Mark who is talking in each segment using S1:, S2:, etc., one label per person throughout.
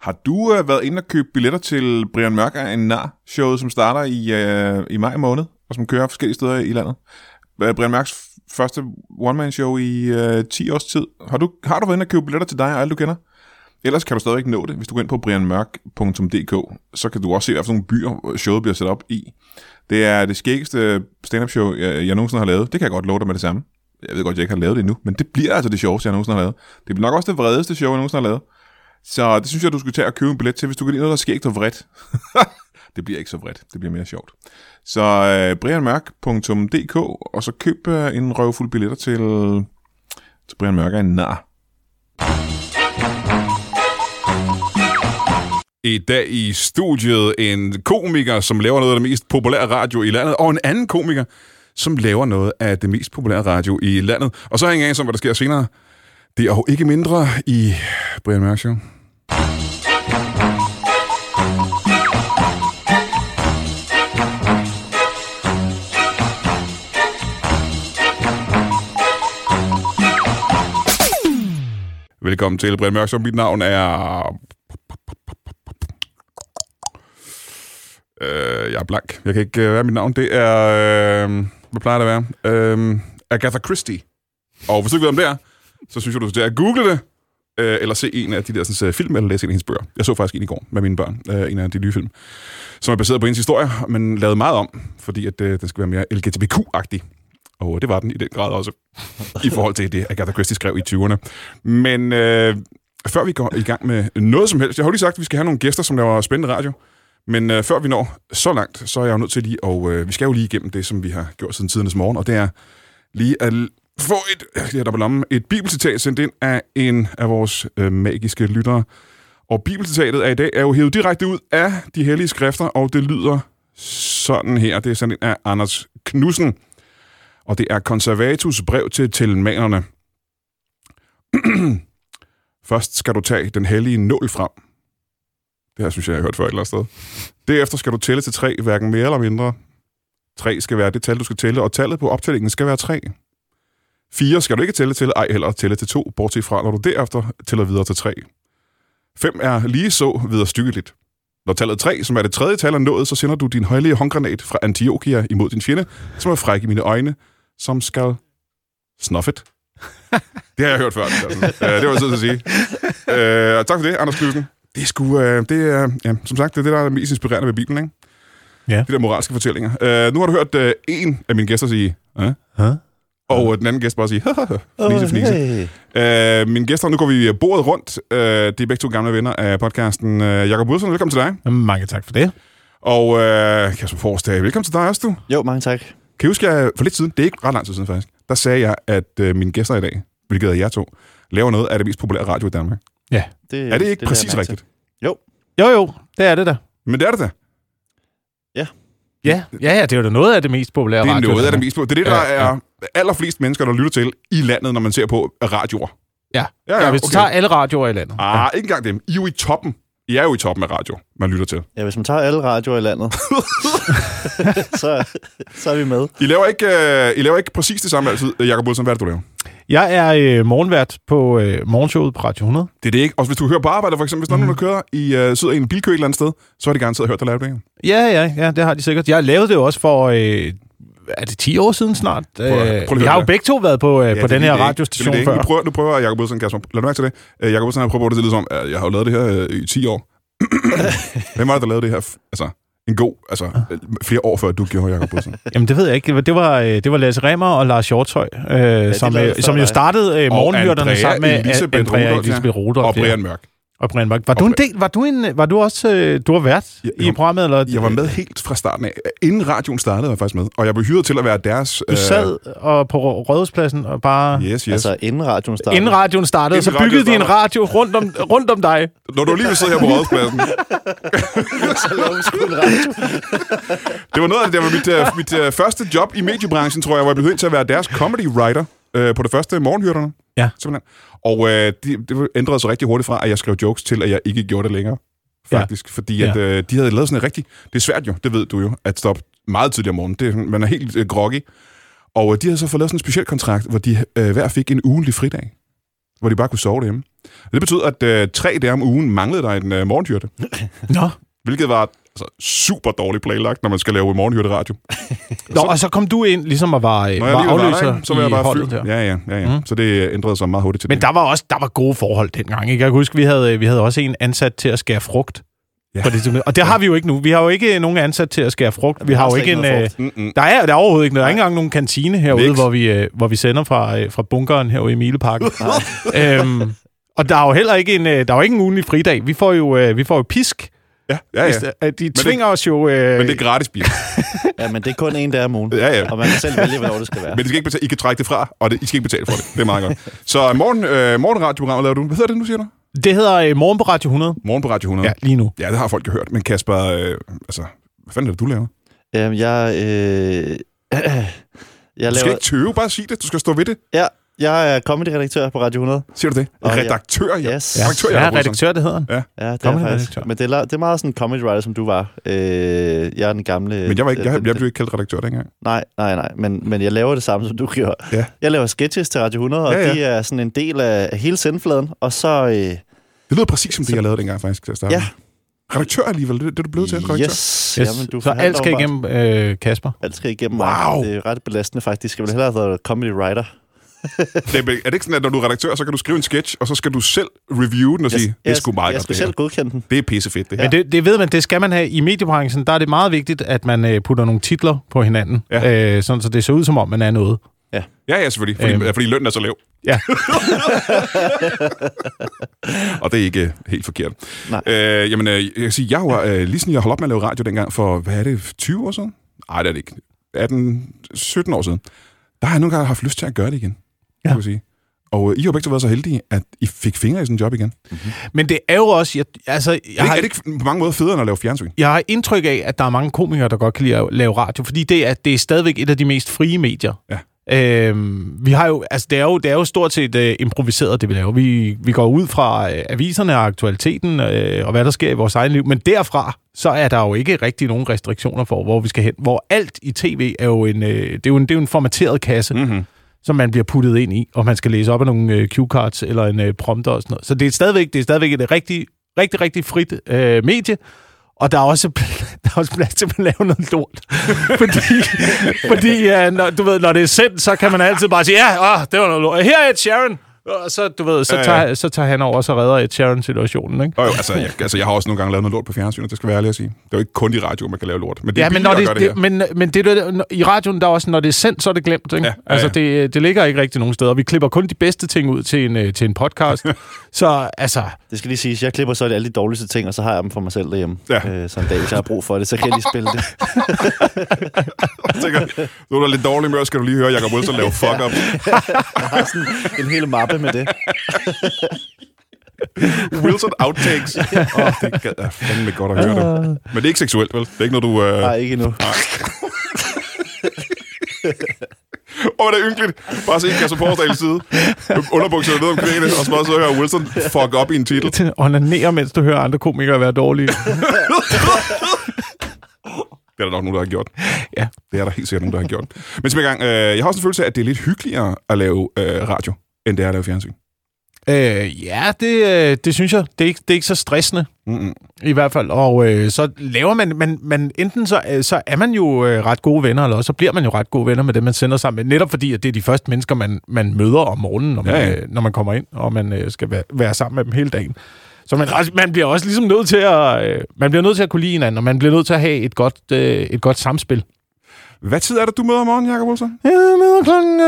S1: Har du øh, været inde og købe billetter til Brian Mørk er en nar showet som starter i, øh, i maj måned, og som kører forskellige steder i landet? Øh, Brian Mørks f- første one-man-show i øh, 10 års tid. Har du, har du været inde og købe billetter til dig og alle, du kender? Ellers kan du stadigvæk nå det, hvis du går ind på brianmørk.dk, så kan du også se, hvad for nogle byer øh, showet bliver sat op i. Det er det skæggeste stand-up show, jeg, jeg nogensinde har lavet. Det kan jeg godt love dig med det samme. Jeg ved godt, jeg ikke har lavet det endnu, men det bliver altså det sjoveste, jeg nogensinde har lavet. Det bliver nok også det vredeste show, jeg nogensinde har lavet. Så det synes jeg, du skulle tage og købe en billet til, hvis du kan lide noget, der er skægt og vredt. det bliver ikke så vredt, det bliver mere sjovt. Så øh, brianmørk.dk, og så køb øh, en røvfuld billetter til, til Brian Mørk er en nar. I dag i studiet en komiker, som laver noget af det mest populære radio i landet, og en anden komiker, som laver noget af det mest populære radio i landet. Og så er jeg ikke som hvad der sker senere. Det er jo ikke mindre i Brian Mørk Show. Velkommen til Brian Mørk Show. Mit navn er Øh, jeg er blank. Jeg kan ikke øh, være mit navn. Det er... Øh, hvad plejer det at være? Øh, Agatha Christie. Og hvis du ikke ved, om det er, så synes jeg, du skal til at google det. Øh, eller se en af de der sådan, øh, film, eller læse en af hendes bøger. Jeg så faktisk en i går med mine børn. Øh, en af de nye film. Som er baseret på hendes historie, men lavet meget om. Fordi at, øh, den skal være mere LGBTQ-agtig. Og det var den i den grad også. I forhold til det, Agatha Christie skrev i 20'erne. Men øh, før vi går i gang med noget som helst. Jeg har jo lige sagt, at vi skal have nogle gæster, som laver spændende radio. Men øh, før vi når så langt, så er jeg jo nødt til lige, og øh, vi skal jo lige igennem det, som vi har gjort siden tidernes morgen, og det er lige at l- få et, jeg skal lige have dig på lommen, et bibelcitat sendt ind af en af vores øh, magiske lyttere. Og bibelcitatet af i dag er jo hævet direkte ud af de hellige skrifter, og det lyder sådan her. Det er sendt ind af Anders Knudsen, og det er konservatus brev til tilmanerne. Først skal du tage den hellige nål frem. Det her synes jeg, jeg har hørt før et eller andet sted. Derefter skal du tælle til tre, hverken mere eller mindre. Tre skal være det tal, du skal tælle, og tallet på optællingen skal være tre. Fire skal du ikke tælle til, ej heller tælle til to, bortset fra, når du derefter tæller videre til tre. Fem er lige så vederstykkeligt. Når tallet 3, som er det tredje tal, er nået, så sender du din højlige håndgranat fra Antiochia imod din fjende, som er fræk i mine øjne, som skal snuffet. Det har jeg hørt før. Det, der, sådan. Øh, det var jeg tid til at sige. Øh, og tak for det, Anders Knudsen. Det er sgu, øh, det er, ja, som sagt, det er det, der er det mest inspirerende ved Bibelen, ikke?
S2: Ja.
S1: De der moralske fortællinger. Øh, nu har du hørt øh, en af mine gæster sige, øh,
S2: Huh?
S1: og øh, den anden gæst bare sige, haha, fnise, fnise.
S2: Hey.
S1: Øh, mine gæster, nu går vi bordet rundt. Øh, det er begge to gamle venner af podcasten. Øh, Jakob Wilson, velkommen til dig.
S2: Mange tak for det.
S1: Og øh, Kasper Forstad, velkommen til dig også, du.
S3: Jo, mange tak.
S1: Kan I huske, at for lidt siden, det er ikke ret lang tid siden faktisk, der sagde jeg, at øh, mine gæster i dag, hvilket er jer to, laver noget af det mest populære radio i Danmark.
S3: Det,
S1: Er det ikke
S3: lader
S1: det præcis
S3: jeg mærke til.
S1: rigtigt?
S2: Jo, jo, det er det der.
S1: Men det er det da.
S2: Ja, ja, ja det er jo da noget af det mest populære
S1: Det er
S2: radio,
S1: noget af
S2: der
S1: det mest på. Det er det, der
S2: Ja,
S1: er allerflest mennesker, der lytter til i landet, når man ser på radioer.
S2: Ja.
S1: ja, ja,
S2: Ja, hvis du
S1: okay.
S2: tager alle radioer i landet.
S1: Ah, ikke engang dem. I er jo i toppen. I er jo i toppen af radio, man lytter til.
S3: Ja, hvis man tager alle radioer i landet, så, så er vi med.
S1: I laver ikke, øh, I laver ikke præcis det samme altid. Øh, Jakob Olsen, hvad er det, du laver?
S2: Jeg er øh, morgenvært på øh, morgenshowet på Radio 100.
S1: Det er det ikke. Også hvis du hører på arbejde, for eksempel, hvis der er nogen, der kører i øh, sidder i en bilkø et eller andet sted, så har de garanteret hørt dig lave det. her.
S2: Ja, ja, ja, det har de sikkert. Jeg lavede det jo også for... Øh, er det 10 år siden snart?
S1: at- prøv at
S2: Øh,
S1: høre
S2: vi har jo
S1: det.
S2: begge to været på, øh, ja, på
S1: det er
S2: den
S1: lige
S2: her
S1: det, ikke? det er
S2: radiostation
S1: lige det,
S2: før.
S1: ikke? Nu prøver, nu prøver Jacob Olsen, Kasper. Lad du mærke til det. Øh, Jacob Olsen har prøvet det lidt som, øh, jeg har jo lavet det her øh, i 10 år. Hvem var det, der lavede det her? f- Altså, en god, altså
S2: Ah.
S1: øh, flere år før du gjorde, Jacob Olsen.
S2: Jamen, det ved jeg ikke. Det var, det var, øh, det var Lasse Remmer og Lars Hjortøj, øh, ja,
S3: de
S2: som,
S3: lavede
S2: øh,
S3: det før
S2: som jo
S3: dig.
S2: startede øh,
S1: Og
S2: morgenhyrderne
S1: Andrea
S2: sammen med
S1: Elisabeth
S2: Andrea
S1: Rudolph, ja.
S2: Elisabeth Rudolph.
S1: Og
S2: ja.
S1: Brian Mørk.
S2: Og Brian Bak. Var du en del? Var du, en, var du også øh, du var vært
S1: Jeg-
S2: jeg,
S1: jeg-
S2: i programmet? Eller?
S1: Jeg var med helt fra starten af. Inden radioen startede, var jeg faktisk med. Og jeg blev hyret til at være deres...
S2: Du sad og på Rå- Rådhuspladsen og bare...
S1: Øh,
S2: Yeah.
S1: yes, yes.
S3: Altså,
S1: Altså,
S3: inden radioen starter.
S2: Inden radioen startede,
S1: Inden
S2: så byggede de
S1: radioen
S2: en radio rundt om, rundt om dig.
S1: Når du lige vil sidde her på rådspladsen.
S3: radioen.
S1: Det var noget af det, det var mit, øh, mit øh, første job i mediebranchen, tror jeg, hvor jeg blev nødt til at være deres comedy writer øh, på det første Morgenhyrderne.
S2: Ja.
S1: Simpelthen. Og øh, det, det ændrede sig rigtig hurtigt fra, at jeg skrev jokes til, at jeg ikke gjorde det længere.
S2: Ja.
S1: Faktisk. Ja. Fordi at, øh, de havde lavet sådan en rigtig... Det er svært jo, det ved du jo, at stoppe meget tidligere om morgenen. Det, er sådan- man er helt øh, groggy. Og øh, de havde så fået lavet sådan en speciel kontrakt, hvor de øh, hver fik en ugentlig fridag. hvor de bare kunne sove derhjemme. Og det betød, at øh, tre dage om ugen manglede der en øh, morgenhyrte,
S2: Nå.
S1: hvilket var altså, super dårligt planlagt, når man skal lave morgenhyrte radio.
S2: Nå, og så kom du ind ligesom og var, øh,
S1: Når
S2: var
S1: jeg alligevel var
S2: afløser
S1: der, ikke, så var jeg
S2: i
S1: bare
S2: holdet
S1: fyr.
S2: der.
S1: Ja, ja, ja. ja. Mm. Så det øh, ændrede sig meget hurtigt til
S2: Men
S1: det.
S2: der var også der var gode forhold dengang. Ikke? Jeg kan huske, vi havde, øh, vi havde også en ansat til at skære frugt.
S1: Ja.
S2: Ja. På det, tidspunkt. og det har vi jo ikke nu. Vi har jo ikke nogen ansat til at skære frugt. Vi har jo
S3: slet
S2: ikke en...
S3: ikke noget
S2: øh,
S1: Mm-mm.
S2: Der er, der er overhovedet ikke noget. Der er ikke engang nogen kantine herude,
S1: Niks.
S2: hvor vi, øh, hvor vi sender fra, øh, fra bunkeren herude i Mileparken. øhm, og der er jo heller ikke en, øh, der er jo ikke en ugenlig fridag. Vi får jo, øh, vi får jo pisk.
S1: Ja, ja, ja.
S2: Ja. De tvinger os jo... Øh,
S1: Men det er gratis bil.
S3: Ja, men det er kun en dag om ugen.
S1: Ja, ja.
S3: Og man kan selv vælge, hvornår det skal være.
S1: Men I, skal ikke betale, I kan trække det fra, og det, I skal ikke betale for det. Det er meget godt. Så morgen, øh, morgenradioprogrammet laver du. Hvad hedder det, nu siger du?
S2: det hedder øh, Morgen på Radio 100.
S1: Morgen på Radio 100.
S2: Ja, lige nu.
S1: ja det har folk jo hørt. Men Kasper, øh, altså, hvad fanden er det, du laver?
S3: Øhm, jeg, øh, jeg,
S1: Du skal
S3: laver,
S1: ikke tøve, bare sig det. Du skal stå ved det.
S3: ja, jeg er comedy-redaktør på Radio 100.
S1: Siger du det?
S3: Åh, ja.
S1: Redaktør, ja.
S3: Yes.
S1: Redaktør,
S2: Jeg
S1: ja.
S2: er redaktør, det hedder han.
S3: Ja, det er
S2: Comedy
S3: jeg
S2: redaktør.
S3: faktisk. Men det er, la- det er meget sådan comedy writer, som du var. Øh, jeg er den gamle...
S1: Men jeg, var ikke, jeg,
S3: den-
S1: jeg blev ikke kaldt redaktør dengang.
S3: Nej, nej, nej. Men, men jeg laver det samme, som du gjorde.
S1: Ja.
S3: Jeg laver sketches til Radio 100, og
S1: Ja,
S3: ja,
S1: ja.
S3: ja. de er sådan en del af af hele sendefladen. Og så... Øh,
S1: Det lyder præcis som det, jeg lavede dengang faktisk til at starte.
S3: Ja.
S1: med. Redaktør alligevel, det, det er du blevet til, redaktør.
S3: yes.
S2: Yes.
S3: Jamen, du
S2: så alt
S3: forhandler
S2: skal
S3: åbenbart.
S2: igennem øh, Kasper.
S3: Alt skal igennem
S1: Wow.
S3: mig. Det er ret belastende, faktisk. Jeg ville hellere have været comedy writer.
S1: Det er, er det ikke sådan, at når du er redaktør, så kan du skrive en sketch, og så skal du selv review den og sige, det er sgu meget
S3: Jeg
S1: godt,
S3: skulle
S1: det her.
S3: selv godkende den.
S1: Det er pissefedt, det her.
S2: Men det, det ved man, det skal man have. I mediebranchen, der er det meget vigtigt, at man øh, putter nogle titler på hinanden, ja. øh, sådan, så det ser ud, som om man er noget.
S1: Ja, ja, selvfølgelig. Fordi,
S2: Øhm.
S1: øhm. fordi lønnen er så lav.
S2: Ja.
S1: og det er ikke øh, helt forkert.
S3: Nej.
S1: Øh, jamen, øh, jeg kan sige, jeg var, øh, lige sådan jeg holdt op med at lave radio dengang for, hvad er det, 20 år siden? Nej, det er det ikke. 18, 17 år siden. Der har jeg nogle gange haft lyst til at gøre det igen, ja.
S2: Ja.
S1: kan jeg sige. Og øh, I har begge to været så heldige, at I fik fingre i sådan en job igen. Er
S2: Men det er jo også, jeg, altså, jeg
S1: det,
S2: har,
S1: er det ikke på mange måder federe, end at lave fjernsyn?
S2: jeg har indtryk af, at der er mange komikere, der godt kan lide at lave radio, fordi det er, det er stadigvæk et af de mest frie medier.
S1: Ja.
S2: Øhm, vi har jo, altså det er jo, det er jo stort set øh, improviseret, det vi laver. Vi, vi går ud fra øh, aviserne og aktualiteten øh, og hvad der sker i vores egen liv, men derfra, så er der jo ikke rigtig nogen restriktioner for, hvor vi skal hen. Hvor alt i tv er jo en, øh, det er jo en, det er jo en formateret kasse,
S1: Mm-hmm.
S2: som man bliver puttet ind i, og man skal læse op af nogle øh, cue cards eller en øh, prompter og sådan noget. Så det er stadigvæk, det er stadigvæk et rigtig, rigtig, rigtig frit øh, medie, og der er, også, pl- der er også plads til at lave noget lort. fordi fordi øh, når, du ved, når det er sendt, så kan man altid bare sige, ja, åh, det var noget lort. Her er Ed Sheeran! Og så, du ved, så,
S1: Ja, ja.
S2: tager, så tager han over, og så redder Ed Sheeran situationen, ikke?
S1: Og jo, altså, jeg, altså, jeg har også nogle gange lavet noget lort på fjernsynet, det skal være ærlig at sige. Det er jo ikke kun i radio, man kan lave lort. Men det er
S2: Ja, men, når
S1: billigere
S2: det,
S1: at gøre det,
S2: det,
S1: her.
S2: det, men, men det, der- når- i radioen, der er også, når det er sendt, så er det glemt. Ikke?
S1: Ja,
S2: Ja,
S1: ja,
S2: ja, altså, det, det ligger ikke rigtig nogen steder. Vi klipper kun de bedste ting ud til en, øh, til en podcast. så altså,
S3: Det skal lige siges, jeg klipper så alle de dårligste ting, og så har jeg dem for mig selv derhjemme.
S1: Ja.
S3: Øh, så en dag, hvis jeg har brug for det, så kan jeg lige spille det.
S1: Jeg tænker, nu er der lidt dårlig mør, skal du lige høre Jacob Wilson lave fuck up.
S3: Jeg har sådan en hel mappe med det.
S1: Wilson outtakes. Oh, det gad jeg fandme godt at høre det. Men det er ikke seksuelt, vel? Det er ikke noget, du... Øh...
S3: Nej, ikke endnu.
S1: Åh, oh, det er ynkeligt. Bare se Kasper Porsdals side. Underbukserne ned om knæene, og så bare sidde og høre Wilson fuck up i en titel.
S2: onanere, mens du hører andre komikere være dårlige.
S1: Det er der nok nogen, der har gjort.
S2: Ja.
S1: Det er der helt sikkert nogen, der har gjort. Men som gang, øh, jeg har også en følelse af, at det er lidt hyggeligere at lave øh, radio, end det er at lave fjernsyn.
S2: øh, ja, det, øh, det synes jeg. Det er, ikke, det er ikke så stressende.
S1: Mm-mm.
S2: I hvert fald. Og øh, så laver man, man, man enten så, øh, så er man jo øh, ret gode venner, eller også så bliver man jo ret gode venner med dem, man sender sammen med. Netop fordi, at det er de første mennesker, man, man møder om morgenen, når man,
S1: Ja,
S2: ja,
S1: ja.
S2: ja. Øh, når man kommer ind, og man øh, skal være, være sammen med dem hele dagen. Så man, ret- man bliver også ligesom nødt til at, øh, man bliver nødt til at kunne lide hinanden, og man bliver nødt til at have et godt, øh, et godt samspil.
S1: Hvad tid er det, du møder om morgenen, Jacob Wilson?
S2: Jeg møder klokken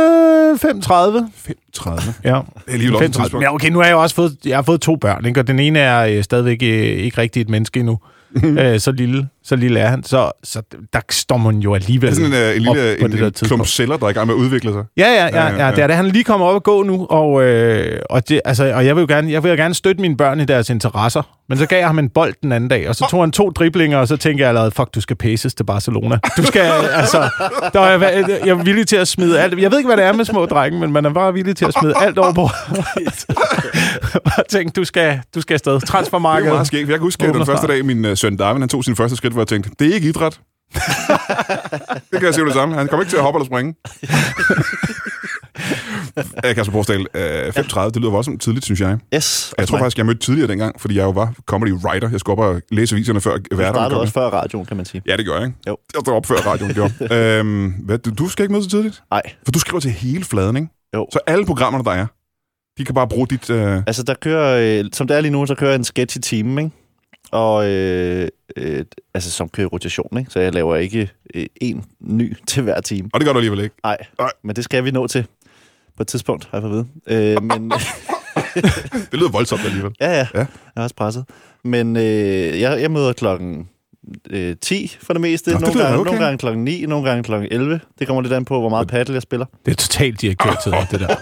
S2: øh, 5.30.
S1: 5.30.
S2: Ja.
S1: Det er alligevel også et
S2: 35.
S1: tidspunkt.
S2: Ja, okay, nu har jeg jo også fået, jeg har fået to børn, ikke? og den ene er øh, stadigvæk øh, ikke rigtig et menneske endnu.
S1: Mhm.
S2: øh, så, lille, så lille er han. Så, så der står man jo alligevel
S1: Det er sådan en, øh, en lille
S2: op på
S1: en,
S2: det der
S1: en klump
S2: tidspunkt.
S1: celler, der er i gang med at udvikle sig.
S2: Ja, ja, ja,
S1: Ja, ja,
S2: ja, ja, det
S1: ja.
S2: er det. Han er lige kommet op og gå nu, og, øh, og, det, altså, og jeg, vil jo gerne, jeg vil jo gerne støtte mine børn i deres interesser. Men så gav jeg ham en bold den anden dag, og så tog han to driblinger, og så tænkte jeg allerede, fuck, du skal pæses til Barcelona. Du skal, altså, der er, jeg, jeg er villig til at smide alt. Jeg ved ikke, hvad det er med små drenge, men man er bare villig til at smide alt over på. og tænkte, du skal, du skal afsted.
S1: Det er jo meget
S2: Transfermarkedet.
S1: skægt. for Jeg kan huske, at den
S2: Åbner
S1: første
S2: snart.
S1: dag, min øh, søn Darwin, han tog sin første skridt, hvor jeg tænkte, det er ikke idræt. det kan jeg sige det samme. Han kommer ikke til at hoppe eller springe. af Kasper Borsdal. Øh, 5.30, det lyder voldsomt tidligt, synes jeg.
S3: Yes. Altså,
S1: Jeg tror faktisk, jeg mødte tidligere dengang, fordi jeg jo var comedy writer. Jeg skulle op og læse aviserne før
S3: jeg
S1: hverdagen
S3: startede
S1: kom.
S3: også før radioen, kan man sige.
S1: Ja, det gør jeg, ikke?
S3: Jo.
S1: Jeg står op før radioen gjorde. øhm, hvad, du, du skal ikke møde så tidligt?
S3: Nej.
S1: For du skriver til hele fladen, ikke?
S3: Jo.
S1: Så alle programmerne, der er, de kan bare bruge dit... Øh...
S3: Altså, der kører, øh, som det er lige nu, så kører jeg en sketch i timen, ikke? Og, øh, øh, altså, som kører i rotation, ikke? Så jeg laver ikke øh, en ny til hver time.
S1: Og det gør du alligevel ikke.
S3: Nej,
S1: Nej.
S3: men det skal vi nå til på et tidspunkt, har jeg fået at vide. Øh, men,
S1: Det lyder voldsomt alligevel.
S3: ja, ja,
S1: Ja.
S3: ja, jeg er også presset. Men øh, jeg, jeg møder klokken øh, 10 for det meste.
S1: Nå, det
S3: nogle,
S1: lyder
S3: gange,
S1: okay.
S3: nogle gange klokken 9, nogle gange klokken 11. Det kommer lidt an på, hvor meget paddle jeg spiller.
S2: Det er totalt direktørtid, det der.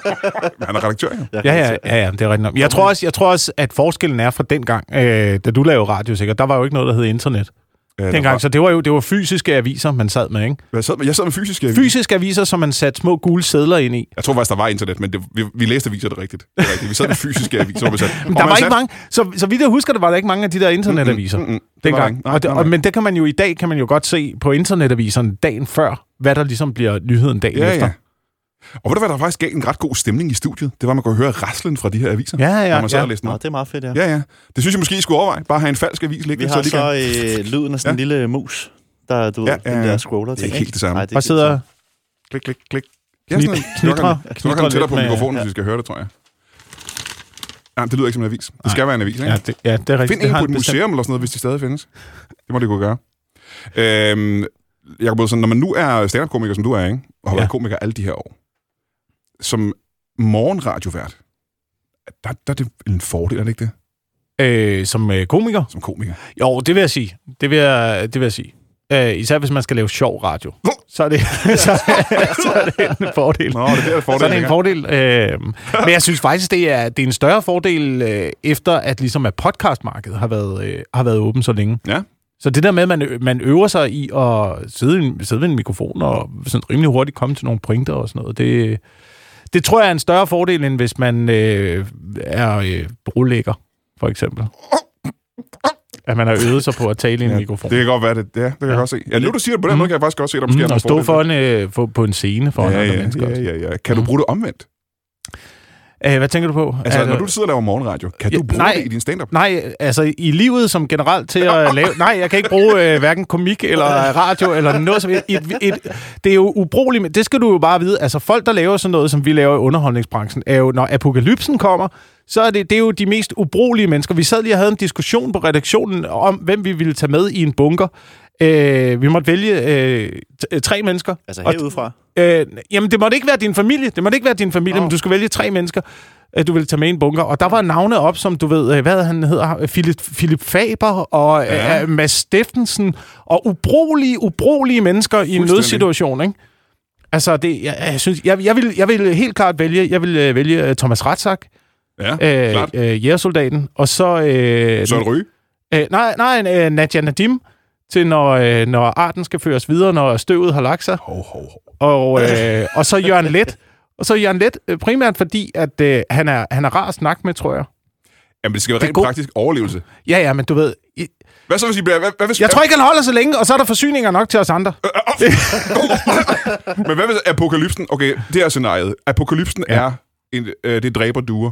S1: Men han er redaktør, ja.
S3: Jeg
S2: Ja,
S3: kan
S2: ja,
S3: ikke se-
S2: ja, ja det er rigtigt nok. Jeg tror, også, jeg tror også, at forskellen er fra dengang, øh, da du lavede radio, sikkert. Der var jo ikke noget, der hed internet
S1: Øh,
S2: dengang, så det var jo det var fysiske aviser, man sad med, ikke?
S1: Jeg sad med, jeg sad med fysiske aviser.
S2: Fysiske aviser, som man satte små gule sædler ind i.
S1: Jeg tror faktisk, der var internet, men det, vi, vi læste aviser det er rigtigt. Det er rigtigt. Vi sad med fysiske aviser, hvor vi sad.
S2: Men der var ikke mange, så, så vidt jeg husker, der var der ikke mange af de der internetaviser.
S1: Mm, mm, det var der
S2: dengang.
S1: ikke. Nej,
S2: og det,
S1: nej, nej.
S2: og, men det kan man jo i dag, kan man jo godt se på internetaviserne dagen før, hvad der ligesom bliver nyheden dagen
S1: Ja,
S2: efter.
S1: ja. Og ved du hvad, der faktisk gav en ret god stemning i studiet? Det var, at man kunne høre raslen fra de her aviser,
S2: Ja, ja,
S1: når man sad
S2: ja.
S1: og læste dem
S3: Nå,
S1: op.
S3: det er meget fedt, ja.
S1: Ja, ja. Det synes jeg måske, I skulle overveje. Bare have en falsk avis
S3: Vi
S1: liggende,
S3: har
S1: de kan-
S3: så øh, lyden af sådan en lille mus, der, du ved,
S1: Ja,
S3: ja,
S1: ja,
S3: ja, den
S1: ja.
S3: der scroller
S1: Det er ikke helt det samme.
S3: Nej, det er
S2: Og
S3: ikke helt
S2: sidder
S1: Klik, klik, klik. Ja,
S2: knit,
S1: sådan en
S2: knitrer,
S1: Nu kan
S2: knitrer
S1: den tættere
S2: lidt
S1: på
S2: med...
S1: mikrofonen, hvis vi skal høre det, tror jeg. Nej, det lyder ikke som en avis. Det skal være en avis, ikke?
S2: Ja, det, ja, det er rigtigt.
S1: Find
S2: det
S1: en
S2: har
S1: på
S2: han
S1: et
S2: bestemt.
S1: museum eller sådan noget, hvis de stadig findes. Det må det kunne gøre. Øhm, Jacob Olsen, når man nu er stand-up-komiker, som du er, ikke? og har ja.
S2: Ja.
S1: været komiker alle de her år, som morgenradiovært, der, der er det en fordel, er det ikke det?
S2: Øh, som øh, komiker?
S1: Som komiker.
S2: Jo, det vil jeg sige. Det vil jeg, det vil jeg sige. Øh, især hvis man skal lave sjov radio. Så er det, så, så er det en fordel.
S1: Nå, det er der fordel.
S2: Så er det en fordel. Øh, men jeg synes faktisk, det er, det er en større fordel, øh, efter at, ligesom, at podcastmarkedet har været, øh, har været åben så længe.
S1: Ja.
S2: Så det der med, at man, ø- man øver sig i at sidde, i en- sidde ved en mikrofon og sådan rimelig hurtigt komme til nogle pointer og sådan noget, det, det tror jeg er en større fordel, end hvis man øh, er øh, brolægger, for eksempel. At man har øvet sig på at tale i en
S1: Ja,
S2: mikrofon.
S1: Det kan godt være, det, ja, det kan ja. jeg godt se. Ja, nu du siger det på den
S2: Mm.
S1: måde, kan jeg faktisk godt se, at der måske
S2: Mm,
S1: er
S2: og
S1: en
S2: stå
S1: fordel.
S2: for en, øh, for, på en scene for
S1: ja,
S2: andre
S1: ja,
S2: mennesker.
S1: ja, ja, ja. Kan du
S2: Mm.
S1: bruge det omvendt?
S2: Øh, hvad tænker du på?
S1: Altså,
S2: Er
S1: når
S2: det-
S1: du sidder og laver morgenradio, kan
S2: Ja,
S1: du bruge
S2: nej.
S1: det i din stand-up?
S2: Nej, altså i livet som generelt til at lave... Nej, jeg kan ikke bruge øh, hverken komik eller radio eller noget som et, et, et, Det er jo ubrugeligt, men det skal du jo bare vide. Altså folk, der laver sådan noget, som vi laver i underholdningsbranchen, er jo, når apokalypsen kommer, så er det, det er jo de mest ubrugelige mennesker. Vi sad lige og havde en diskussion på redaktionen om, hvem vi ville tage med i en bunker. Øh, vi måtte vælge øh, t- øh, tre mennesker.
S3: Altså
S2: Og-
S3: herudefra.
S2: Øh, jamen, det måtte ikke være din familie. Det måtte ikke være din familie,
S3: Nå.
S2: oh. men du skulle vælge tre mennesker, øh, du ville tage med i en bunker. Og der var navne op, som du ved, øh, hvad han hedder, Philip, Philip Faber og
S1: Ja.
S2: ja. øh, Mads Steffensen, og ubrugelige, ubrugelige mennesker i en
S1: Fuldstændig.
S2: nødsituation, ikke? Altså, det, jeg, jeg, synes, jeg, jeg, vil, jeg vil helt klart vælge, jeg vil øh, vælge øh, Thomas Ratzak,
S1: Ja,
S2: øh,
S1: klart.
S2: øh, jægersoldaten, og så... Øh,
S1: Søren Ryge.
S2: Øh, nej, nej, øh, Nadia Nadim, til når, øh, når arten skal føres videre, når støvet har lagt sig.
S1: Hov, hov, hov.
S2: Og, øh, og så Jørgen Let. Og så Jørgen Let, øh, primært fordi, at øh, han, er, han er rar at snakke med, tror jeg.
S1: Jamen, det skal være
S2: Det er
S1: rent
S2: god-
S1: praktisk overlevelse.
S2: Ja, ja, men du ved... i-
S1: Hvad så, hvis I bliver... Hvad, hvad hvis,
S2: Jeg tror ikke, han holder så længe, og så er der forsyninger nok til os andre.
S1: Men hvad hvis apokalypsen... Okay, det er scenariet. Apokalypsen ja. er... En, øh, det dræber duer.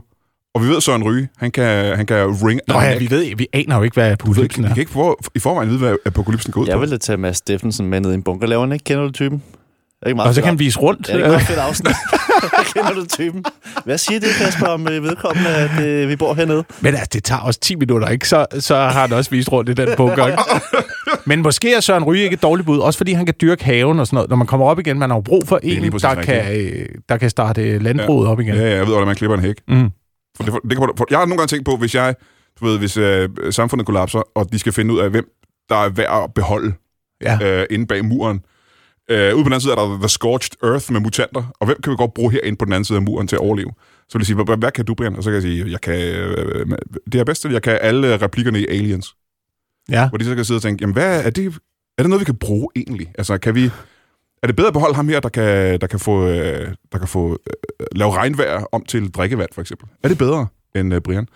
S1: Og vi ved, Søren Ryge, han kan, han kan ring...
S2: Nå ja, vi ved, vi aner jo ikke, hvad
S1: ved ikke,
S2: apokalypsen
S1: vi
S2: er.
S1: kan ikke for, i forvejen vide, hvad apokalypsen går ud
S3: Jeg
S1: på.
S3: ville tage Mads Steffensen med ned i en bunker. Laver han ikke? Kender du typen? Det er ikke meget
S2: Og så
S3: fedt
S2: kan han vise rundt.
S3: Ja, det er ikke meget fedt afsnit. Kender du typen? Hvad siger det, Kasper, om øh, vedkommende, at øh, vi bor hernede?
S2: Men altså, det tager også 10 minutter, ikke? Så, så har han også vist rundt i den bunker, ikke? Men måske er Søren Ryge ikke et dårligt bud, også fordi han kan dyrke haven og sådan noget. Når man kommer op igen, man har jo brug for
S1: lige
S2: en,
S1: præcis
S2: der kan, øh, der kan starte øh, landbruget op igen.
S1: Ja, ja, jeg ved, hvordan man klipper en hæk.
S2: Mm.
S1: For det, for, det kan, for, jeg har nogle gange tænkt på, hvis jeg... Du ved, hvis øh, samfundet kollapser, og de skal finde ud af, hvem der er værd at beholde
S2: Ja.
S1: øh, inde bag muren. Øh, ude på den anden side er der The Scorched Earth med mutanter, og hvem kan vi godt bruge herinde på den anden side af muren til at overleve? Så vil jeg sige, "Hvad- hvad kan du, Brian? Og så kan jeg sige, jeg kan, øh, det er bedst, at jeg kan alle replikkerne i Aliens.
S2: Ja.
S1: Hvor de så kan sidde og tænke, jamen hvad er det, er det noget, vi kan bruge egentlig? Altså, kan vi, er det bedre at beholde ham her, der kan, der kan få, øh, der kan få øh, lave regnvejr om til drikkevand, for eksempel? Er det bedre end øh, Brian?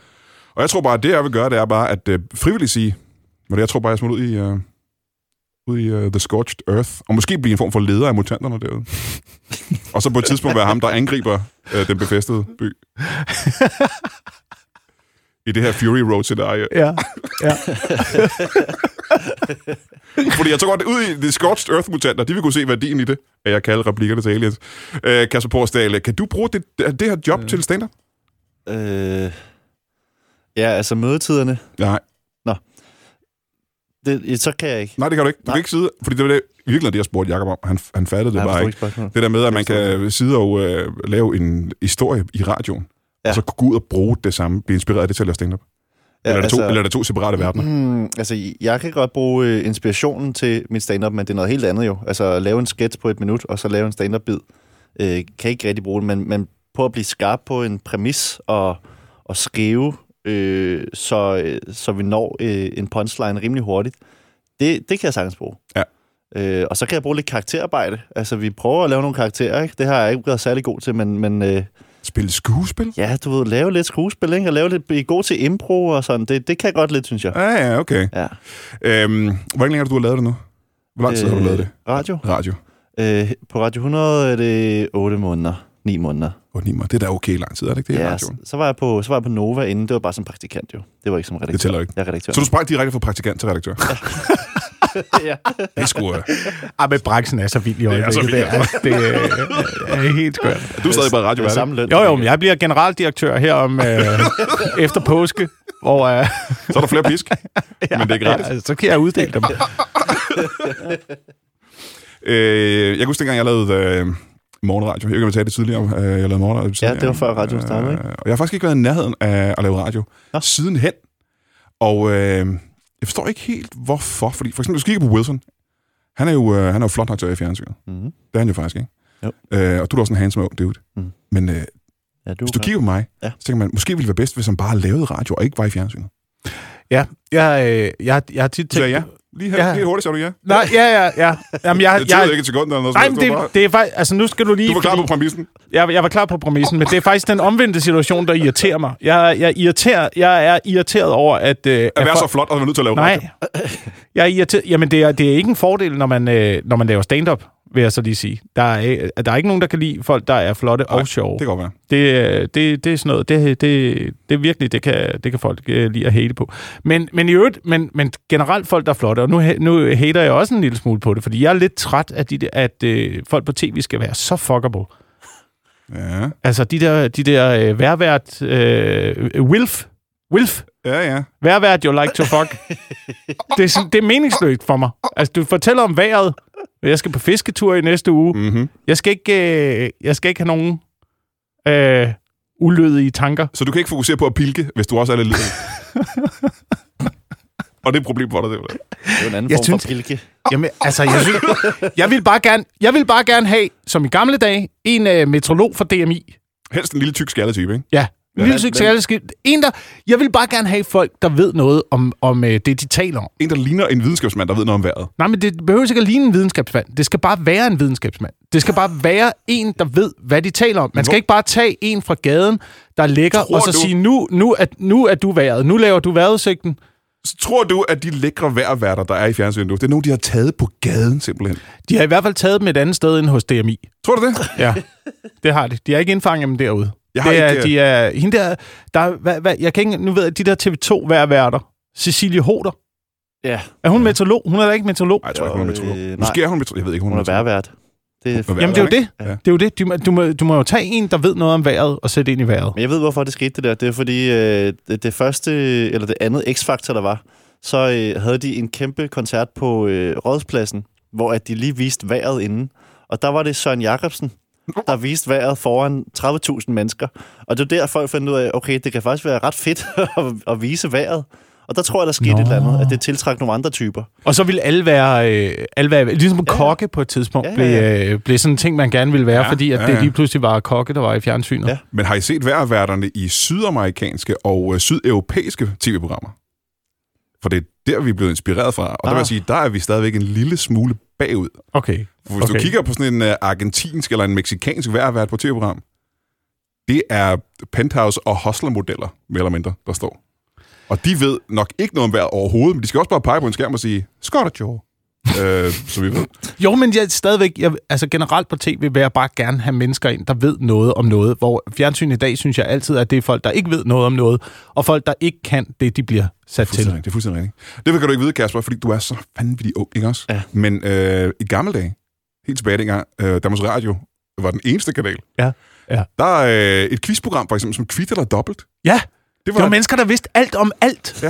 S1: Og jeg tror bare, at det, jeg vil gøre, det er bare at øh, frivilligt sige, men jeg tror bare, jeg smutter ud i, øh, ude i uh, The Scorched Earth, og måske blive en form for leder af mutanterne derude. og så på et tidspunkt være ham, der angriber uh, den befæstede by. I det her Fury Road-scenarie.
S2: Ja, ja.
S1: Fordi jeg tror godt, ud i The Scorched Earth-mutanter, de vil kunne se værdien i det, at jeg kalder replikkerne til aliens. Øh, Kasper Porsdal, kan du bruge det, det her job til stand
S3: Øh, ja, altså mødetiderne,
S1: Nej,
S3: det, så kan jeg ikke.
S1: nej, det kan du ikke. Du
S3: Nej.
S1: kan ikke sidde, fordi det var det, virkelig det, jeg spurgte Jacob om. Han, han fattede det
S3: Jeg
S1: bare
S3: forstår
S1: ikke.
S3: spørgsmålet.
S1: Det der med, at man
S3: Jeg forstår
S1: kan sidde og øh, lave en historie i radioen, ja.
S3: Ja.
S1: og så gå ud og bruge det samme, blive inspireret af det til at lave stand-up. Ja, eller, altså, to, eller er det to separate verdener?
S3: Mm, altså, jeg kan godt bruge øh, inspirationen til mit stand-up, men det er noget helt andet jo. Altså, at lave en sketch på et minut, og så lave en stand-up-bid, øh, kan ikke rigtig bruge det, men, men på at blive skarp på en præmis og, og skrive, øh, så, øh, så vi når øh, en punchline rimelig hurtigt, det, det kan jeg sagtens bruge.
S1: Ja.
S3: Øh, og så kan jeg bruge lidt karakterarbejde. Altså, vi prøver at lave nogle karakterer, ikke? Det har jeg ikke været særlig god til, men, men øh,
S1: Spille skuespil?
S3: ja, du ved, lave lidt skuespil, ikke? Og lave lidt, blive god til impro og sådan. Det, det kan jeg godt lidt, synes jeg.
S1: Ja, ah, ja, okay.
S3: Ja.
S1: Øhm, hvor længe har du har lavet det nu? Hvor lang tid øh, har du lavet det?
S3: Radio.
S1: Radio.
S3: Øh, på Radio 100 er det 8 måneder. 9 måneder.
S1: Og det er da okay lang tid, er det ikke det? i
S3: Ja, altså,
S1: radioen?
S3: så, så, var jeg på, så var jeg på Nova inden. Det var bare som praktikant jo. Det var ikke som redaktør.
S1: Det tæller ikke.
S3: Jeg er redaktør.
S1: Så du sprang direkte fra praktikant til redaktør?
S3: ja.
S1: Det er sgu... øh,
S2: Ah, men branchen er så vild i
S1: er så
S2: øjeblikket.
S1: vild,
S2: Det er, det er, er helt skørt.
S1: Du er stadig bare
S3: Det er
S1: radiovært.
S3: samme løn.
S2: Jo, jo, men jeg bliver generaldirektør her om øh, efter påske, hvor... Øh,
S1: ikke? Så er der flere pisk, men det er gratis.
S2: Ja, så kan jeg uddele dem.
S1: Øh, jeg kan huske, dengang jeg lavede øh, morgenradio. Jeg kan tage det tidligere. Øh, jeg lavede morgenradio tidligere.
S3: det var før radioen startede, ikke?
S1: Øh, og jeg har faktisk ikke været i nærheden af at lave radio Nå.
S3: Nå.
S1: sidenhen. Og øh, jeg forstår ikke helt, hvorfor. Fordi for eksempel, hvis du kigger på Wilson. Han er jo, øh, han er jo flot nok til at være i fjernsynet.
S3: Mm-hmm.
S1: Det er han jo faktisk, ikke?
S3: Jo.
S1: Øh, og du er også en handsome ung dude. Mm.
S3: Mm.
S1: Men øh, hvis
S3: Ja, du,
S1: du kigger på mig, ja.
S3: Ja.
S1: så tænker man, måske ville det være bedst, hvis han bare lavede radio og ikke var i fjernsynet.
S2: Ja, jeg, øh, jeg, jeg har tit
S1: Så
S2: tænkt...
S1: ja, lige her, ja.
S2: Ja.
S1: lige hurtigt, sagde du ja.
S2: Nej, ja, ja, ja. Jamen, jeg,
S1: Det tyder
S2: jeg,
S1: ikke et sekund eller noget.
S2: nej,
S1: sådan
S2: men
S1: noget. Du var
S2: det, det er faktisk... Altså, nu skal du
S1: bare-
S2: lige...
S1: Du var klar
S2: fordi-
S1: på præmissen.
S2: Jeg, jeg var klar på præmissen, men det er faktisk den omvendte situation, der irriterer mig. Jeg, jeg, irriterer, jeg er irriteret over, at... Øh,
S1: At være
S2: folk-
S1: så flot, og være nødt til at lave radio.
S2: Nej. Jeg er irriteret. Jamen, det er, det er ikke en fordel, når man, øh, når man laver stand-up, vil jeg så lige sige. Der er, øh, der er ikke nogen, der kan lide folk, der er flotte
S1: Nej,
S2: og sjove.
S1: Det kan godt være.
S2: Det, øh, det, det er sådan noget, det, det, det virkelig, det kan, det kan folk øh, lide at hate på. Men, men i øvrigt, men, men generelt folk, der er flotte, og nu, ha- nu hater jeg også en lille smule på det, fordi jeg er lidt træt af, de, der- at øh, folk på tv skal være så fuckable.
S1: Ja,
S2: Altså de der, de der øh, værvært, øh, øh, Wilf, Wilf,
S1: ja, ja.
S2: værvært you like to fuck. det, er, sådan- det er meningsløst for mig. Altså du fortæller om vejret, og jeg skal på fisketur i næste uge.
S1: Mm-hmm.
S2: Jeg skal ikke, øh, jeg skal ikke have nogen øh, ulødige tanker.
S1: Så du kan ikke fokusere på at pilke, hvis du også er lidt ledig. Og det er et problem for dig, det er det.
S3: det er jo en anden
S2: Jeg
S3: form
S2: synes-
S3: for pilke.
S2: Jamen, altså, jeg, synes, jeg, vil bare gerne, jeg vil bare gerne have, som i gamle dage, en øh, metrolog fra DMI.
S1: Helst en lille tyk skalletype, ikke?
S2: Ja, ja
S3: men-
S2: en der, jeg vil bare gerne have folk, der ved noget om, om øh, det, de taler om.
S1: En, der ligner en videnskabsmand, der ved noget om vejret.
S2: Nej, men det behøver ikke at ligne en videnskabsmand. Det skal bare være en videnskabsmand. Det skal bare være en, der ved, hvad de taler om. Man skal
S1: Hvor-
S2: ikke bare tage en fra gaden, der ligger,
S1: Tror
S2: og så
S1: du-
S2: sige, nu, nu, er, nu er du vejret. Nu laver du vejrudsigten.
S1: Så tror du, at de lækre vejrværter, der er i fjernsynet nu, det er nogen, de har taget på gaden, simpelthen.
S2: De har i hvert fald taget dem et andet sted end hos DMI.
S1: Tror du det?
S2: Ja, det har de. De har ikke indfanget dem derude.
S1: Jeg har
S2: det er,
S1: ikke, øh,
S2: de er, hende der, der er- hvad, hvad, jeg kan ikke, nu ved jeg, de der TV2 hver værter, Cecilie Hoder,
S3: Ja,
S2: er hun meteorolog? Hun er da ikke meteorolog.
S1: Nej, jeg tror ikke, hun er metrolog.
S3: Øh, nej.
S1: Måske er hun metrolog. Jeg ved ikke, hun,
S3: hun er
S1: meteorolog.
S3: værvært. Det,
S1: Hun er
S2: Jamen, det er jo det.
S1: Ja.
S2: Ja. Det er jo det. Du, må- du, må, du må jo tage en, der ved noget om vejret, og sætte ind i vejret.
S3: Men jeg ved, hvorfor det skete det der. Det er fordi, øh, det, det første, eller det andet X-Factor, der var, så øh, havde de en kæmpe koncert på øh, Rådspladsen, hvor at de lige viste vejret inden. Og der var det Søren Jacobsen, der viste vejret foran 30.000 mennesker. Og det var der, folk fandt ud af, okay, det kan faktisk være ret fedt at, at vise vejret. Og der tror jeg, der skete Nå.
S2: Nå.
S3: et eller andet, at det tiltrak nogle andre typer.
S2: Og så vil alle være, øh, alle være ligesom ja. kokke på et tidspunkt, ja, ja, ja. Blev, øh, blev sådan en ting, man gerne ville være,
S1: Ja,
S2: ja, fordi at
S1: ja,
S2: ja, ja.
S1: ja.
S2: det lige pludselig var kokke, der var i fjernsynet. Ja.
S3: Ja.
S1: Men har I set vejrværterne i sydamerikanske og øh, sydeuropæiske tv-programmer? For det er der, vi er blevet inspireret fra. Og ah. der vil jeg
S3: Ah.
S1: sige, der er vi stadigvæk en lille smule bagud.
S2: Okay.
S1: For Hvis okay. du
S2: Okay.
S1: kigger på sådan en uh, argentinsk eller en meksikansk værvært på tv-program, det er penthouse- og hustler-modeller, mere eller mindre, der står. Og de ved nok ikke noget om vejret overhovedet, men de skal også bare pege på en skærm og sige, Scott Joe. øh, så vi ved.
S2: Jo, men jeg stadigvæk, jeg, altså generelt på tv vil jeg bare gerne have mennesker ind, der ved noget om noget, hvor fjernsyn i dag synes jeg altid, at det er folk, der ikke ved noget om noget, og folk, der ikke kan det, de bliver sat
S1: Fuldstændig
S2: til.
S1: rigtigt, Det er fuldstændig rigtigt. Det kan du ikke vide, Kasper, fordi du er så vanvittig ung, ikke også?
S3: Ja.
S1: Men øh, i gamle dage, helt tilbage dengang, øh, Danmarks Radio var den eneste kanal.
S2: Ja, ja.
S1: Der er øh, et quizprogram, for eksempel, som Kvit eller Dobbelt.
S2: Ja,
S1: Det
S2: det var mennesker, der vidste alt om alt.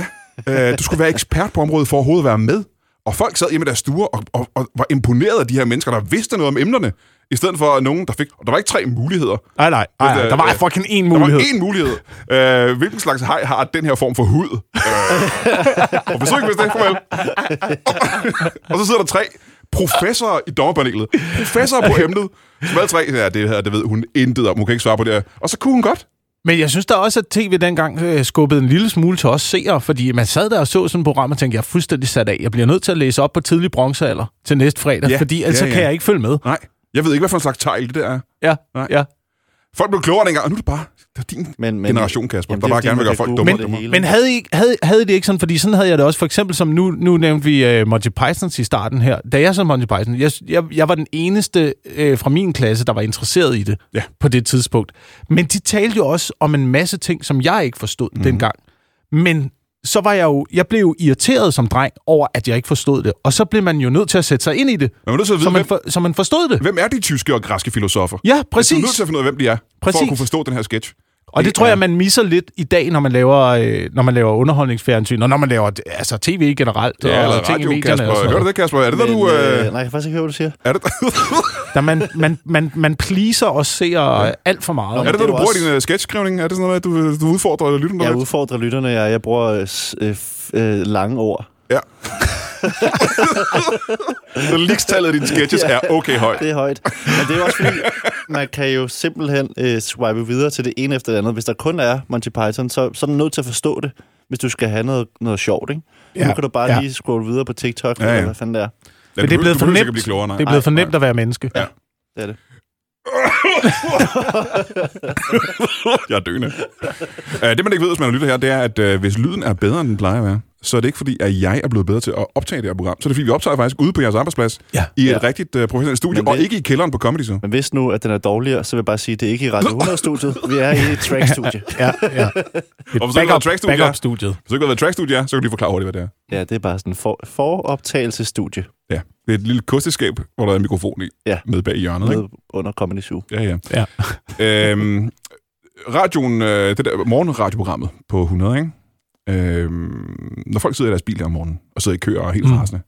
S1: øh, du skulle være ekspert på området for overhovedet at være med. Og folk sad hjemme i deres stuer og, og, og var imponeret af de her mennesker, der vidste noget om emnerne, i stedet for nogen, der fik... Og der var ikke tre muligheder.
S2: Nej, nej, nej, nej
S1: øh,
S2: der var
S1: øh,
S2: fucking én
S1: Der
S2: mulighed.
S1: var én mulighed. Øh, hvilken slags hej har den her form for hud? Øh, og hvis du ikke vidste det, farvel. og så sidder der tre professorer i dommerpanelet. Professorer på emnet. Som alle tre, ja, det her, det ved hun intet om. Hun kan ikke svare på det her. Og så kunne hun godt.
S2: Men jeg synes da også, at tv dengang øh, skubbede en lille smule til os seere, fordi man sad der og så sådan et program og tænkte, jeg er fuldstændig sat af. Jeg bliver nødt til at læse op på tidlig bronzealder til næste fredag,
S1: Ja,
S2: ja, fordi ellers
S1: ja,
S2: ja,
S1: ja.
S2: ja. kan jeg ikke følge med.
S1: Nej, jeg ved ikke, hvad for en slags tegl det der er.
S2: Ja,
S1: Nej.
S2: ja.
S1: Folk blev klogere dengang, og nu er det bare det er din
S3: Men, men,
S1: generation, Kasper,
S3: Jamen,
S1: der
S3: det
S1: bare
S3: er fordi,
S1: gerne vil
S3: man
S1: gøre
S3: kan
S1: folk
S3: google
S1: dummere. og
S3: det
S1: dummere.
S3: hele.
S2: Men havde, I, havde, havde I det ikke sådan, fordi sådan havde jeg det også, for eksempel som nu, nu nævnte vi uh, Monty Pythons i starten her, da jeg så Monty Python, jeg, jeg, jeg var den eneste uh, fra min klasse, der var interesseret i det
S1: Ja.
S2: på det tidspunkt. Men de talte jo også om en masse ting, som jeg ikke forstod
S1: Mhm.
S2: mm. dengang. Men så var jeg jo, jeg blev jo irriteret som dreng over, at jeg ikke forstod det, og så blev man jo nødt til at sætte sig ind i det,
S1: Man er nødt til at
S2: så
S1: vide,
S2: man,
S1: hvem,
S2: for, så man forstod det.
S1: hvem er de tyske og græske filosofer?
S2: Ja,
S1: Du er
S2: præcis.
S1: nødt til at finde ud af, hvem de er, for at
S2: Præcis.
S1: kunne forstå den her sketch.
S2: Og det tror
S1: er-
S2: jeg, man misser lidt i dag, når man laver, øh, når man laver underholdningsfjernsyn, og når man laver altså, tv generelt,
S1: Ja,
S2: og
S1: eller
S2: ting i
S1: radio,
S2: medierne. og sådan
S1: Kasper.
S2: noget.
S1: Hører du det, Kasper? Er det, der
S3: Men,
S1: du... Øh,
S3: øh, nej, jeg kan faktisk ikke høre, hvad du siger.
S1: er det,
S2: Der man, man, man, man pleaser og ser ja. alt for meget.
S1: er det, der du
S3: jo
S1: bruger
S3: også-
S1: din uh, sketchskrivning? Er det sådan noget, med, at du, du udfordrer lytteren?
S3: Jeg
S1: derude?
S3: udfordrer lytterne, jeg, jeg bruger øh, s- øh, f- øh, lange ord.
S1: Ja. Så likstallet af dine sketches er okay højt.
S3: Det er højt. Men det er jo også fordi, man kan jo simpelthen øh, swipe videre til det ene efter det andet. Hvis der kun er Monty Python, så, så er du nødt til at forstå det, hvis du skal have noget, noget sjovt, ikke? Ja.
S2: Ja,
S3: Nu kan du bare
S2: ja.
S3: ja. lige scrolle videre på TikTok,
S1: Ja,
S3: ja,
S1: ja.
S3: ja. eller hvad fanden det er.
S1: Ja,
S2: Men det er blevet for
S1: fornemt.
S2: nemt.
S1: Blive klogere, nej.
S2: Det er blevet for nemt at være menneske. Ja.
S3: det, er det.
S1: Jeg er døende. uh, det, man ikke ved, hvis man lytter her, det er, at uh, hvis lyden er bedre, end den plejer at være, så er det ikke fordi, at jeg er blevet bedre til at optage det her program. Så er det fordi, vi optager faktisk ude på jeres arbejdsplads
S2: Ja.
S1: i et
S3: Ja.
S1: rigtigt uh, professionelt studie,
S3: Men
S1: og
S3: det-
S1: ikke i kælderen på Comedy Zoo.
S3: Men hvis nu, at den er dårligere, så vil jeg bare sige, at det er ikke i Radio 100-studiet. Vi er i et track-studie.
S2: ja, ja. Et
S1: Og hvis det ikke var
S2: backup,
S1: trackstudiet, ja.
S2: backup studiet.
S1: Så kan det være trackstudie, er, så kan de forklare hurtigt, hvad det er.
S3: Ja, det er bare sådan for, foroptagelsestudie
S1: Ja, det er et lille kosteskab, hvor der er en mikrofon i,
S3: Ja.
S1: med bag i hjørnet. Ikke?
S3: med under Comedy Zoo.
S1: Ja, ja.
S2: Ja.
S1: øhm, radioen, øh, det der morgenradioprogrammet på 100, ikke? Øhm, når folk sidder i deres biler om morgenen, og sidder i køer og er helt
S2: Mm.
S1: rasende,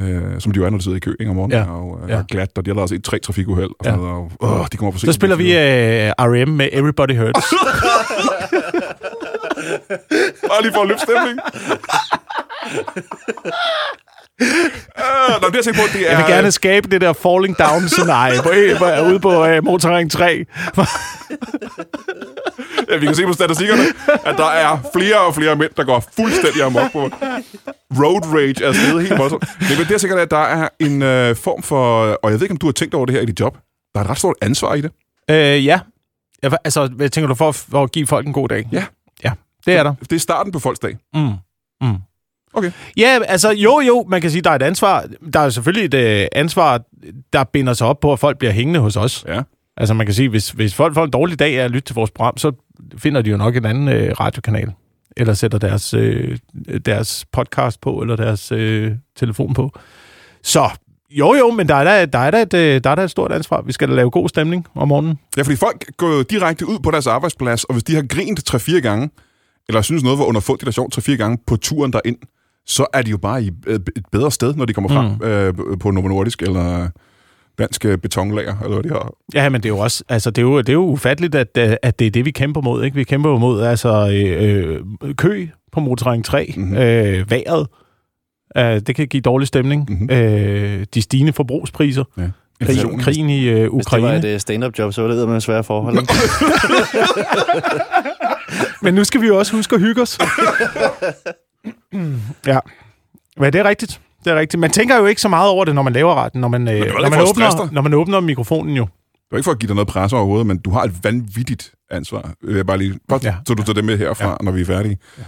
S1: øh, som de jo er, når de sidder i kø ikke, om morgenen,
S2: Ja.
S1: og øh,
S2: Ja.
S1: er glat, og de har lavet set tre trafikuheld, og, sådan
S2: Ja.
S1: noget, og øh, de kommer for sent.
S2: Så spiller vi uh, R.M. med Everybody Hurts.
S1: Bare lige for at løbe stemning. Øh, Nå, det jeg tænker på, det er...
S2: Jeg vil gerne skabe det der falling down scenarie på, på, ude på uh, Motorring 3.
S1: Ja, vi kan se på statistikkerne, at der er flere og flere mænd, der går fuldstændig amok på road rage. Altså, det er helt voldsomt. Men det, jeg tænker, er, at der er en øh, form for... Og jeg ved ikke, om du har tænkt over det her i dit job. Der er et ret stort ansvar i det.
S2: øh, ja. Jeg, altså, hvad tænker du for, at- for at give folk en god dag?
S1: Ja.
S2: Ja, det er der.
S1: Det er starten på folks dag.
S2: Mm. Mm.
S1: Okay.
S2: Ja, altså jo, jo, man kan sige, der er et ansvar. Der er selvfølgelig et øh, ansvar, der binder sig op på, at folk bliver hængende hos os.
S1: Ja.
S2: Altså man kan sige, hvis, hvis folk får en dårlig dag af at lytte til vores program, så finder de jo nok en anden øh, radiokanal. Eller sætter deres, øh, deres podcast på, eller deres øh, telefon på. Så jo, jo, men der er da, der er da, et, øh, der er da et stort ansvar. Vi skal da lave god stemning om morgenen.
S1: Ja, fordi folk går jo direkte ud på deres arbejdsplads, og hvis de har grint 3-4 gange, eller synes noget var underfundet eller sjovt 3-4 gange på turen derind, så er de jo bare i øh, et bedre sted, når de kommer frem mm. øh, på Novo Nordisk eller dansk øh, betonlager, eller hvad de har.
S2: Ja, men det er jo også, altså det er jo, det er jo ufatteligt, at, øh, at det er det, vi kæmper mod, ikke? Vi kæmper jo mod, altså øh, øh, kø på motorring 3,
S1: Mhm.
S2: mm-hmm. øh, vejret, øh, det kan give dårlig stemning,
S1: Mhm.
S2: mm-hmm. øh, de stigende forbrugspriser,
S1: Inflationen.
S2: krigen, krigen i øh,
S3: Hvis det
S2: Ukraine.
S3: var et øh, stand-up job, så var det med svære forhold. ikke?
S2: Men nu skal vi jo også huske at hygge os. ja. Men det er rigtigt. Det er rigtigt. Man tænker jo ikke så meget over det, når man laver retten, når man, øh,
S1: er jo
S2: når
S1: ikke
S2: man,
S1: for at stresse
S2: åbner,
S1: dig.
S2: når man åbner mikrofonen jo.
S1: Det var ikke for at give dig noget pres overhovedet, men du har et vanvittigt ansvar. Øh, Jeg bare lige, bare, ja.
S2: Ja.
S1: så du tager det med herfra, ja.
S2: Ja.
S1: når vi er færdige. Ja.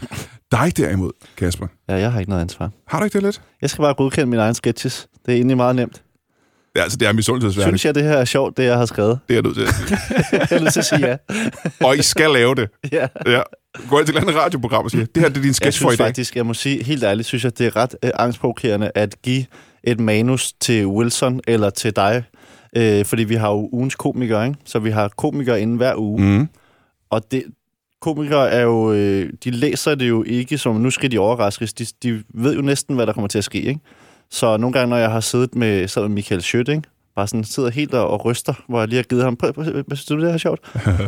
S1: Dig derimod, Kasper.
S3: Ja, jeg har ikke noget ansvar.
S1: Har du ikke det lidt?
S3: Jeg skal bare godkende mine egne sketches. Det er egentlig meget nemt.
S1: Ja, altså, det er misundelsesværdigt.
S3: Synes jeg, det her er sjovt, det jeg har skrevet?
S1: Det er jeg nødt til at sige.
S3: Jeg er nødt til at sige ja.
S1: Og I skal lave det.
S3: ja.
S1: Ja. Gå ind til et eller andet radioprogram og sige, det her det er din
S3: Jeg
S1: sketch for i
S3: synes
S1: dag.
S3: faktisk, jeg må sige helt ærligt, synes jeg, det er ret øh, angstprovokerende at give et manus til Wilson eller til dig. Øh, fordi vi har jo ugens komikere, ikke? Så vi har komikere inden hver uge.
S1: Mm.
S3: Og det, komikere er jo, øh, de læser det jo ikke som, nu skal de overraskes. De, de ved jo næsten, hvad der kommer til at ske, ikke? Så nogle gange, når jeg har siddet med, siddet med Michael Schødt, ikke? bare sådan sidder helt og, og ryster, hvor jeg lige har givet ham, prøv, prøv, hvad synes du, det her er sjovt?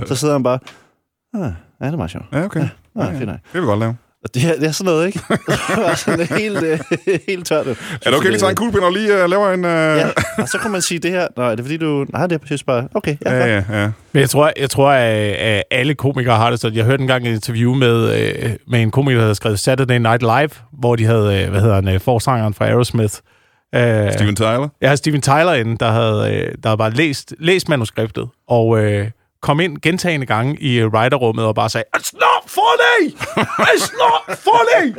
S3: så sidder han bare, ah, ja, det er meget sjovt.
S1: Ja, okay.
S3: Ah, ja, fint nok.
S1: Det vil vi godt lave.
S3: Og det, er, det er sådan noget, ikke? det var sådan helt, øh, helt tørt.
S1: Er det okay, vi tager en kuglepind og lige uh, laver en... Uh...
S3: Ja, og så kunne man sige det her. Nej, det er fordi du... Nej, det er præcis bare... Okay, ja,
S1: Ja,
S3: ja, ja.
S1: ja, ja.
S2: Men jeg tror, jeg tror at, at alle komikere har det sådan. Jeg hørte engang et interview med, øh, med en komiker, der havde skrevet Saturday Night Live, hvor de havde, øh, hvad hedder han, øh, forsangeren fra Aerosmith. Øh,
S1: Steven Tyler.
S2: Jeg har Steven Tyler inde, der havde, øh, der havde bare læst, læst manuskriptet, og øh, kom ind gentagende gange i øh, writerrummet og bare sagde, It's not funny! It's not funny!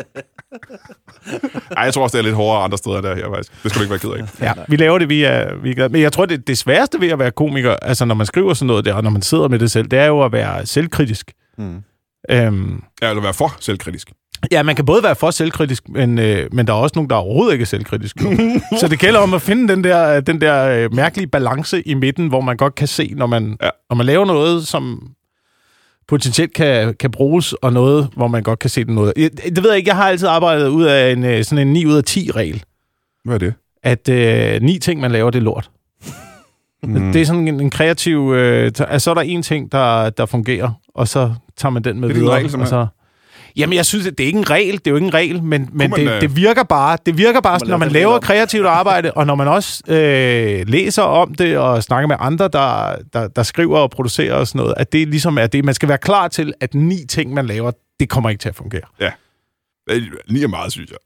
S1: Ej, jeg tror også, det er lidt hårdere andre steder end der her, faktisk. Det skal du ikke være ked af.
S2: Ja, vi laver det via... via men jeg tror, det, det sværeste ved at være komiker, altså når man skriver sådan noget der, og når man sidder med det selv, det er jo at være selvkritisk.
S3: Mm.
S2: Øhm,
S1: Ja, eller være for selvkritisk.
S2: ja, man kan både være for selvkritisk, men, øh, men der er også nogen, der er overhovedet ikke er selvkritisk. så det gælder om at finde den der, den der øh, mærkelige balance i midten, hvor man godt kan se, når man,
S1: Ja.
S2: ja. når man laver noget, som potentielt kan, kan bruges, og noget, hvor man godt kan se den noget. Jeg, det ved jeg ikke, jeg har altid arbejdet ud af en, øh, sådan en 9 ud af 10 regel.
S1: Hvad er det?
S2: at øh, ni ting, man laver, det er lort. Mm. Det er sådan en, en kreativ... Øh, t- altså, så er der en ting, der, der fungerer, og så tager man den med
S1: Det er din
S2: videre.
S1: regel,
S2: og
S1: simpelthen.
S2: så, jamen, jeg synes, at det er ikke en regel. Det er jo ikke en regel, men, men
S1: man,
S2: det,
S1: øh,
S2: det, virker bare, det virker bare sådan,
S3: lave
S2: når man
S3: den regel
S2: laver
S3: om?
S2: kreativt arbejde, og når man også øh, læser om det og snakker med andre, der, der, der skriver og producerer og sådan noget, at det ligesom er det. Man skal være klar til, at ni ting, man laver, det kommer ikke til at fungere.
S1: Lige Øh, er meget, synes jeg.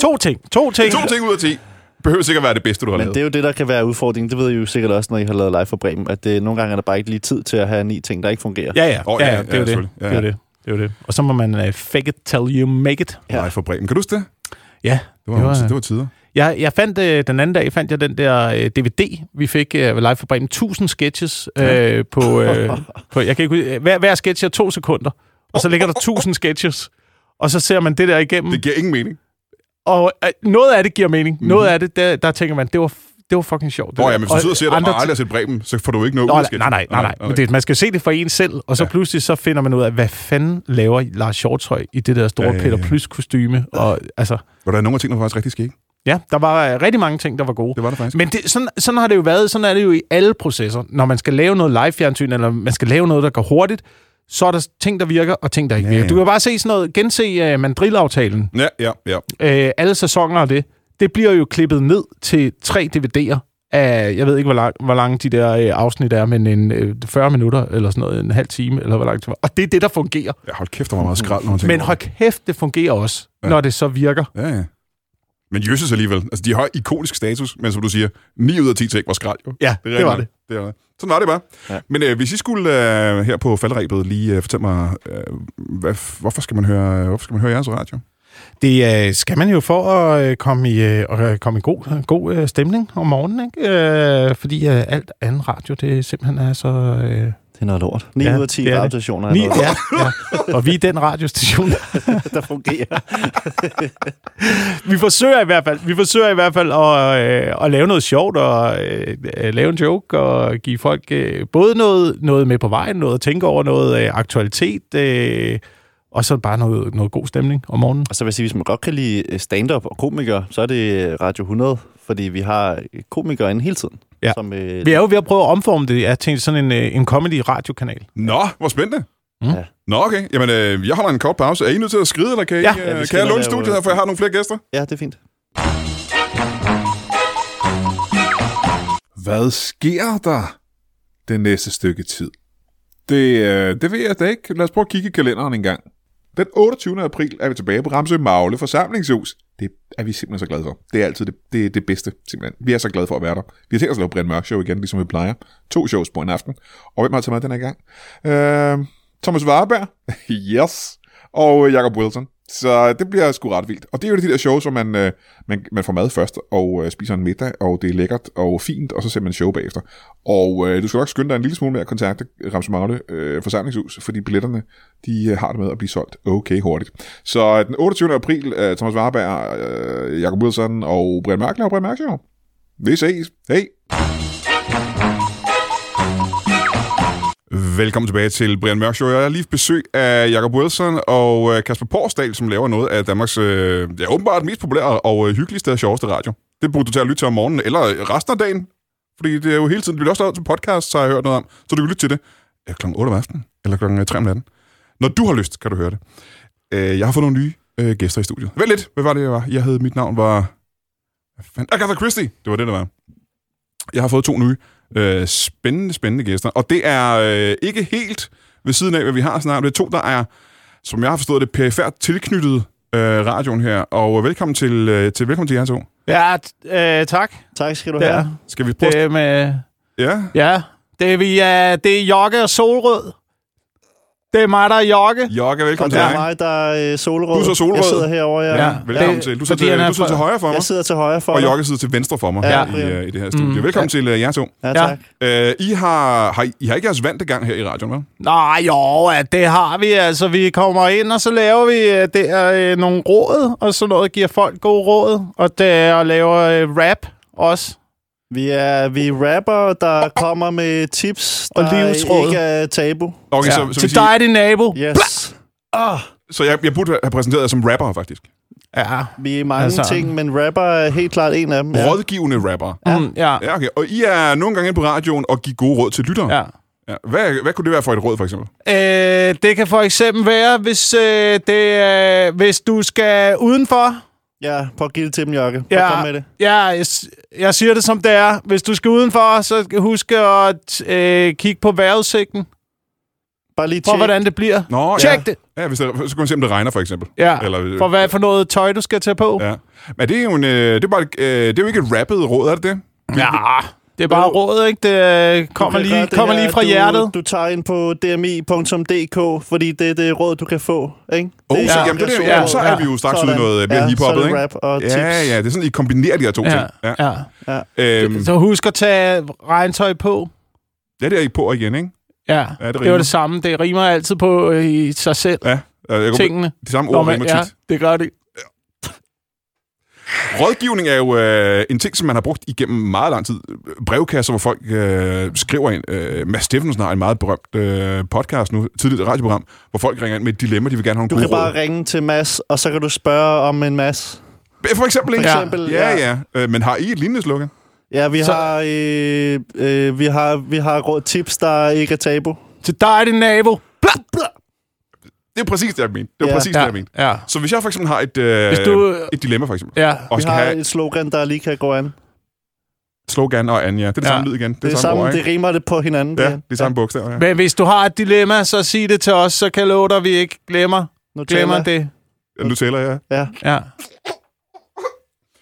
S2: To ting. To ting.
S1: To ting ud af ti. Behøver sikkert være det bedste, du har
S3: Men
S1: lavet.
S3: det er jo det, der kan være udfordringen. Det ved I jo sikkert også, når I har lavet live for Bremen, at det, nogle gange er der bare ikke lige tid til at have ni ting, der ikke fungerer.
S2: Ja, ja.
S1: Åh,
S2: Oh,
S1: ja,
S2: ja,
S1: ja,
S2: ja, det er jo det.
S1: selvfølgelig. Ja,
S2: Det er jo
S1: ja.
S2: det. Det er jo det. Og så må man uh, fake it till you make it.
S1: Ja.
S3: Ja.
S1: Nej, for Bremen. Kan du huske det?
S2: Ja.
S1: Det var,
S2: Det var-
S1: det var tider.
S2: Jeg, jeg fandt øh, den anden dag, fandt jeg den der øh, DVD, vi fik øh, ved live for Bremen. 1000 sketches øh, på, øh, på, jeg kan ikke huske, hver, hver sketch er to sekunder, og så ligger der 1000 sketches. Og så ser man det der igennem,
S1: Det giver ingen mening.
S2: og øh, noget af det giver mening. Noget af det, der, der tænker man, det var, f- det var fucking sjovt. det
S1: Nå
S2: der.
S1: ja, men hvis du
S2: Og
S1: sidder og siger, at du
S2: andre
S1: har aldrig har set Bremen, så får du ikke noget
S2: Nå,
S1: ud af
S2: nej,
S1: sketchen.
S2: nej, nej, nej, nej. Men Det, man skal se det for en selv, og så
S1: Ja.
S2: ja. pludselig så finder man ud af, hvad fanden laver Lars Shortøj i det der store
S1: Ja,
S2: ja,
S1: ja,
S2: ja,
S1: ja.
S2: Peter Plys kostyme og altså
S1: Var der nogle af tingene, der faktisk rigtig skete?
S2: ja, der var øh, rigtig mange ting der var gode.
S1: Det var der faktisk.
S2: Men det, sådan, sådan har det jo været, sådan er det jo i alle processer. Når man skal lave noget live fjernsyn, eller man skal lave noget, der går hurtigt, så er der ting, der virker, og ting, der ikke
S1: Ja,
S2: virker.
S1: ja.
S2: Du kan bare se sådan noget, gense uh, mandrilaftalen,
S1: Ja, ja, ja.
S2: uh, alle sæsoner af det. Det bliver jo klippet ned til tre DVD'er af, jeg ved ikke, hvor, lang, hvor lange de der øh, afsnit er, men en, øh, 40 minutter, eller sådan noget, en halv time, eller hvor langt det var. Og det er det, der fungerer.
S1: ja hold kæft, der var meget skrald, når man tænker
S2: Men
S1: over
S2: hold kæft, det fungerer også,
S1: Ja.
S2: ja. når det så virker.
S1: det. Ja, ja. Men Jøsses alligevel. Altså, de har ikonisk status, men som du siger, 9 ud af 10 ting var skrald, jo.
S2: Ja, det,
S1: er
S2: det var
S1: rigtigt
S2: det.
S1: nok. det. er det. Sådan var det bare. Ja.
S3: Ja.
S1: Men øh, hvis I skulle øh, her på faldrebet lige øh, fortælle mig, øh, hvad, hvorfor, skal man høre, hvorfor skal man høre jeres radio?
S2: Det øh, skal man jo for at øh, komme i, øh, og, øh, komme i god, god øh, stemning om morgenen, ikke? Øh, fordi øh, alt andet radio, det simpelthen er så... Øh,
S3: Det er noget lort. 9
S2: Ja,
S3: ud af 10
S2: det er det.
S3: radiostationer er
S2: ni,
S3: noget,
S2: ja, ja. Og vi er den radiostation.
S3: der fungerer.
S2: vi forsøger i hvert fald, vi forsøger i hvert fald at, øh, at lave noget sjovt og øh, øh, lave en joke og give folk øh, både noget, noget med på vejen, noget at tænke over, noget øh, aktualitet, øh, og så bare noget, noget god stemning om morgenen.
S3: Og så vil jeg sige, hvis man godt kan lide øh, stand-up og komikere, så er det øh, Radio 100, fordi vi har øh, komikere inde hele tiden.
S2: Ja.
S3: Som, øh,
S2: Vi er jo ved at prøve at omforme det ja, til sådan en, øh, en comedy-radiokanal.
S1: Nå, hvor spændende. Mm.
S2: Mm.
S1: Ja.
S3: Ja.
S1: Nå, okay. Jamen, øh, jeg holder en kort pause. Er I nødt til at skride, eller kan,
S2: Ja.
S1: I,
S2: Ja,
S1: øh,
S3: vi
S1: kan
S3: skal
S1: jeg
S3: nå
S1: låne
S3: lave-
S1: studiet her, for jeg har nogle flere gæster?
S3: ja, det er fint.
S4: Hvad sker der det næste stykke tid? Det, øh, det ved jeg da ikke. Lad os prøve at kigge i kalenderen en gang. Den 28. april er vi tilbage på Ramsø Magle forsamlingshus Det er vi simpelthen så glade for. Det er altid det, det, er det bedste, simpelthen. Vi er så glade for at være der. Vi har tænkt os at lave Brian Mørk Show igen, ligesom vi plejer. To shows på en aften. Og hvem har taget med den her gang? Øh, Thomas Warberg. yes. Og øh, Jacob Wilson. Så øh, det bliver sgu ret vildt. Og det er jo de der shows, hvor man, øh, man, man får mad først, og øh, spiser en middag, og det er lækkert og fint, og så ser man show bagefter. Og øh, du skal nok skynde dig en lille smule med at kontakte Ramse Magle øh, forsamlingshus, fordi billetterne de øh, har det med at blive solgt okay hurtigt. Så øh, den 28. april, øh, Thomas Warberg, øh, Jacob Wilson og Brian Mærk laver Brian Mærk Show. Vi ses. Hej.
S1: Velkommen tilbage til Brian Mørk Show. Jeg har lige haft besøg af Jacob Wilson og øh, Kasper Porsdal, som laver noget af Danmarks øh, ja, åbenbart mest populære og øh, hyggeligste og sjoveste radio. Det burde du tage at lytte til om morgenen, eller resten af dagen. Fordi det er jo hele tiden, det bliver også lavet til podcast, så har jeg hørt noget om. Så du kan lytte til det øh, kl. 8 om aftenen, eller kl. 3 om natten. Når du har lyst, kan du høre det. Øh, jeg har fået nogle nye øh, gæster i studiet. Vent lidt, hvad var det, jeg var? Jeg havde, mit navn var... Hvad fanden? Agatha Christie! Det var det, der var. Jeg har fået to nye øh, spændende, spændende gæster. Og det er øh, ikke helt ved siden af, hvad vi har snart. Det er to, der er, som jeg har forstået det, perifært tilknyttet øh, radioen her. Og øh, velkommen til, øh, til, velkommen til jer to.
S2: Ja, t- øh, tak.
S3: Tak skal du
S2: Det
S3: have.
S2: er,
S1: Skal vi prøve?
S2: det er med,
S1: Ja.
S2: ja, det er, vi, ja, det er Jokke og Solrød. Det er mig, der er Jokke.
S1: Jokke,
S3: Og
S1: velkommen
S3: det
S1: til
S3: er
S1: dig.
S3: mig, der er øh, solrød.
S1: Du er så solrød.
S3: Jeg sidder herovre, ja.
S2: Ja.
S3: ja.
S1: Velkommen
S2: Det-
S1: til. Du sidder
S2: fordi han
S1: til,
S2: er
S1: du sidder
S2: fra-
S1: til højre for mig,
S3: Jeg sidder til højre for
S1: og
S3: dig.
S1: Jokke sidder til venstre for mig
S3: Ja,
S1: ja. i,
S3: Brian.
S1: øh, i det her studie. Mm, velkommen ja. til øh, jer to.
S3: Ja,
S2: Ja.
S3: tak.
S1: Øh, I har, har, I- I har ikke jeres vante gang her i radioen, vel?
S2: Nej, jo, ja, det har vi. Altså, vi kommer ind, og så laver vi øh, der, øh, nogle råd, og sådan noget, giver folk gode råd, og, der, og laver øh, rap også.
S3: Vi er vi er rapper, der kommer med tips,
S2: Og
S3: der
S2: livsråd.
S3: ikke er tabu.
S1: Okay,
S2: Ja.
S1: så, så,
S2: Til
S1: vil sige-
S2: dig, din nabo.
S3: Yes.
S2: Ah.
S1: så jeg, jeg burde have præsenteret jer som rapper, faktisk.
S2: Ja.
S3: Vi er mange
S2: Altså.
S3: altså. ting, men rapper er helt klart en af dem.
S1: Ja.
S3: Ja.
S1: Rådgivende rapper.
S2: Ja. Mm, ja.
S1: Ja, okay. Og I er nogle gange inde på radioen og giver gode råd til lyttere.
S2: ja.
S1: Ja. Hvad, hvad kunne det være for et råd, for eksempel?
S2: Øh, det kan for eksempel være, hvis, øh, det, øh, hvis du skal udenfor.
S3: ja, prøv at give det til dem, Jokke. Prøv
S2: Ja.
S3: at komme med det.
S2: Ja, jeg, s- jeg siger det som det er. Hvis du skal udenfor, så husk at øh, kigge på vejrudsigten.
S3: Bare lige
S2: Prøv,
S3: tjek.
S2: hvordan det bliver.
S1: Nå,
S2: Tjek det.
S1: Ja, hvis der, så kan man se, om det regner, for eksempel.
S2: Ja,
S1: Eller-
S2: for hvad for noget tøj, du skal tage på.
S1: Ja. Men det er jo, en, øh, det er bare, et, øh, det er jo ikke et rappet råd, er det det?
S2: Ja, det er bare råd, ikke? Det øh,
S3: Du
S2: kommer
S3: kan gøre
S2: lige,
S3: det
S2: kommer
S3: her.
S2: lige fra
S3: du,
S2: hjertet.
S3: Du tager ind på dmi.dk, fordi det er det råd, du kan få, ikke?
S1: Oh, så,
S2: ja.
S1: jamen, det, er,
S2: Ja,
S1: ja, så er
S2: ja.
S1: vi jo straks ude i noget øh, mere
S3: ja,
S1: hiphoppet,
S3: så er
S1: ikke?
S3: det rap og tips.
S1: Ja, ja, det er sådan, I kombinerer de her to ting.
S2: Ja,
S1: Ja.
S2: ja.
S1: Øhm,
S2: Så husk at tage regntøj på.
S1: ja, det er I på igen, ikke?
S2: Ja,
S1: det
S2: det, det
S1: rimer.
S2: var det samme. Det rimer altid på øh, i sig selv,
S1: Ja. øh, Jeg kunne,
S2: tingene.
S1: de samme
S2: Nå,
S1: ord
S2: men,
S1: rimer
S2: ja,
S1: tit.
S2: det gør det.
S1: Rådgivning er jo øh, en ting, som man har brugt igennem meget lang tid. Brevkasser, hvor folk øh, skriver ind. Øh, Mads Steffensen har en meget berømt øh, podcast nu, tidligt radioprogram, hvor folk ringer ind med et dilemma, de vil gerne have
S3: Du
S1: nogle
S3: kan
S1: gode råd.
S3: bare ringe til Mads, og så kan du spørge om en masse.
S1: Øh, For eksempel,
S3: For
S1: ikke?
S3: eksempel,
S1: Ja, ja. ja. Øh, men har I et lignende slogan?
S3: Ja, vi,
S2: Så-
S3: har, øh, øh, vi, har, vi har råd tips, der ikke er tabu.
S2: Til dig, din nabo. Bla, bla.
S1: Det er præcis det, jeg mente. Det var
S3: Ja.
S1: præcis det, jeg mente.
S2: ja.
S1: Så hvis jeg for eksempel har et, øh,
S2: Hvis du-
S1: et dilemma, for eksempel,
S2: ja.
S1: og
S3: Vi
S1: skal
S3: har
S1: have
S3: et slogan, der lige kan gå an. Det,
S1: slogan og Anja, det er det
S2: Ja.
S1: samme lyd igen. Det er
S3: det
S1: det samme
S3: samme,
S1: ord,
S3: det
S1: ikke?
S3: rimer det på hinanden.
S1: Ja,
S3: igen.
S1: det er samme bogstaver, ja.
S2: Men hvis du har et dilemma, så sig det til os, så kan jeg love dig, at vi ikke glemmer,
S3: Nu
S2: glemmer
S3: taler-
S2: det.
S1: Nu tæller jeg.
S3: Ja,
S2: Ja.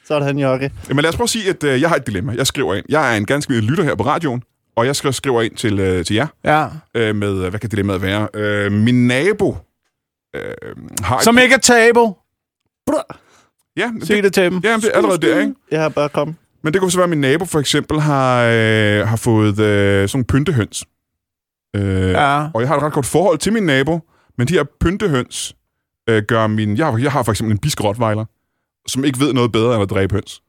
S3: så er det han, Jokke.
S1: Jamen lad os prøve at sige, at øh, jeg har et dilemma. Jeg skriver ind. Jeg er en ganske lille lytter her på radioen, og jeg skriver- skriver ind til, øh, til jer
S2: ja.
S1: øh, med, øh, hvad kan dilemmaet være? Øh, min nabo øh, har...
S2: Som
S1: et,
S2: ikke er tabu.
S1: ja, det,
S2: Sig det til dem.
S1: ja, men det er allerede der, ikke?
S3: Jeg har bare kommet.
S1: Men det kunne så være, at min nabo for eksempel har, øh, har fået øh, sådan nogle pyntehøns. Øh, ja.
S2: Ja.
S1: Og jeg har et ret godt forhold til min nabo, men de her pyntehøns øh, gør min... Jeg har, jeg har for eksempel en bisk rottweiler, som ikke ved noget bedre end at dræbe høns.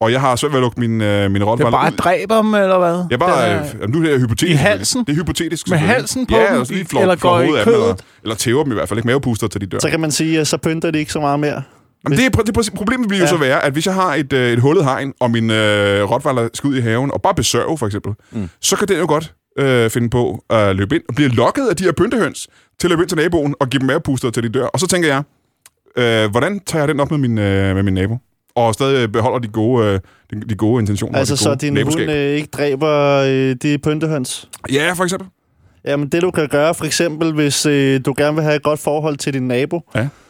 S1: Og jeg har svært ved at lukke min, øh, min
S2: Det er
S1: rottweiler
S2: bare at
S1: ud.
S2: dræbe dem, eller hvad?
S1: Jeg bare,
S2: Den er-
S1: øh, jamen, nu er det hypotetisk.
S2: I halsen?
S1: Det er hypotetisk.
S2: Med
S1: selvfølgelig.
S2: halsen på
S1: ja,
S2: dem?
S1: og så lige
S2: I-
S1: flår,
S2: eller
S1: flår
S2: går i
S1: hovedet af dem,
S2: kødet?
S1: eller, eller tæver dem i hvert fald. Ikke mavepuster til de dør.
S3: Så kan man sige, at så pynter de ikke så meget mere.
S1: Jamen, det, er, pr- det er præcis- problemet bliver jo
S3: Ja.
S1: så være, at hvis jeg har et, øh, et hullet hegn, og min øh, rottweiler skal ud i haven, og bare besørge for eksempel, mm. så kan den jo godt øh, finde på at løbe ind, og blive lokket af de her pyntehøns, til at løbe ind til naboen, og give dem mavepuster til de dør. Og så tænker jeg, øh, hvordan tager jeg den op med min, øh, med min nabo? Og stadig beholder de gode, øh, de, de gode intentioner. og
S3: altså,
S1: det
S3: så
S1: gode
S3: din
S1: naboskab.
S3: hund øh, ikke dræber øh, de pyntehøns.
S1: Ja, for eksempel.
S3: Jamen, det du kan gøre, for eksempel, hvis øh, du gerne vil have et godt forhold til din nabo,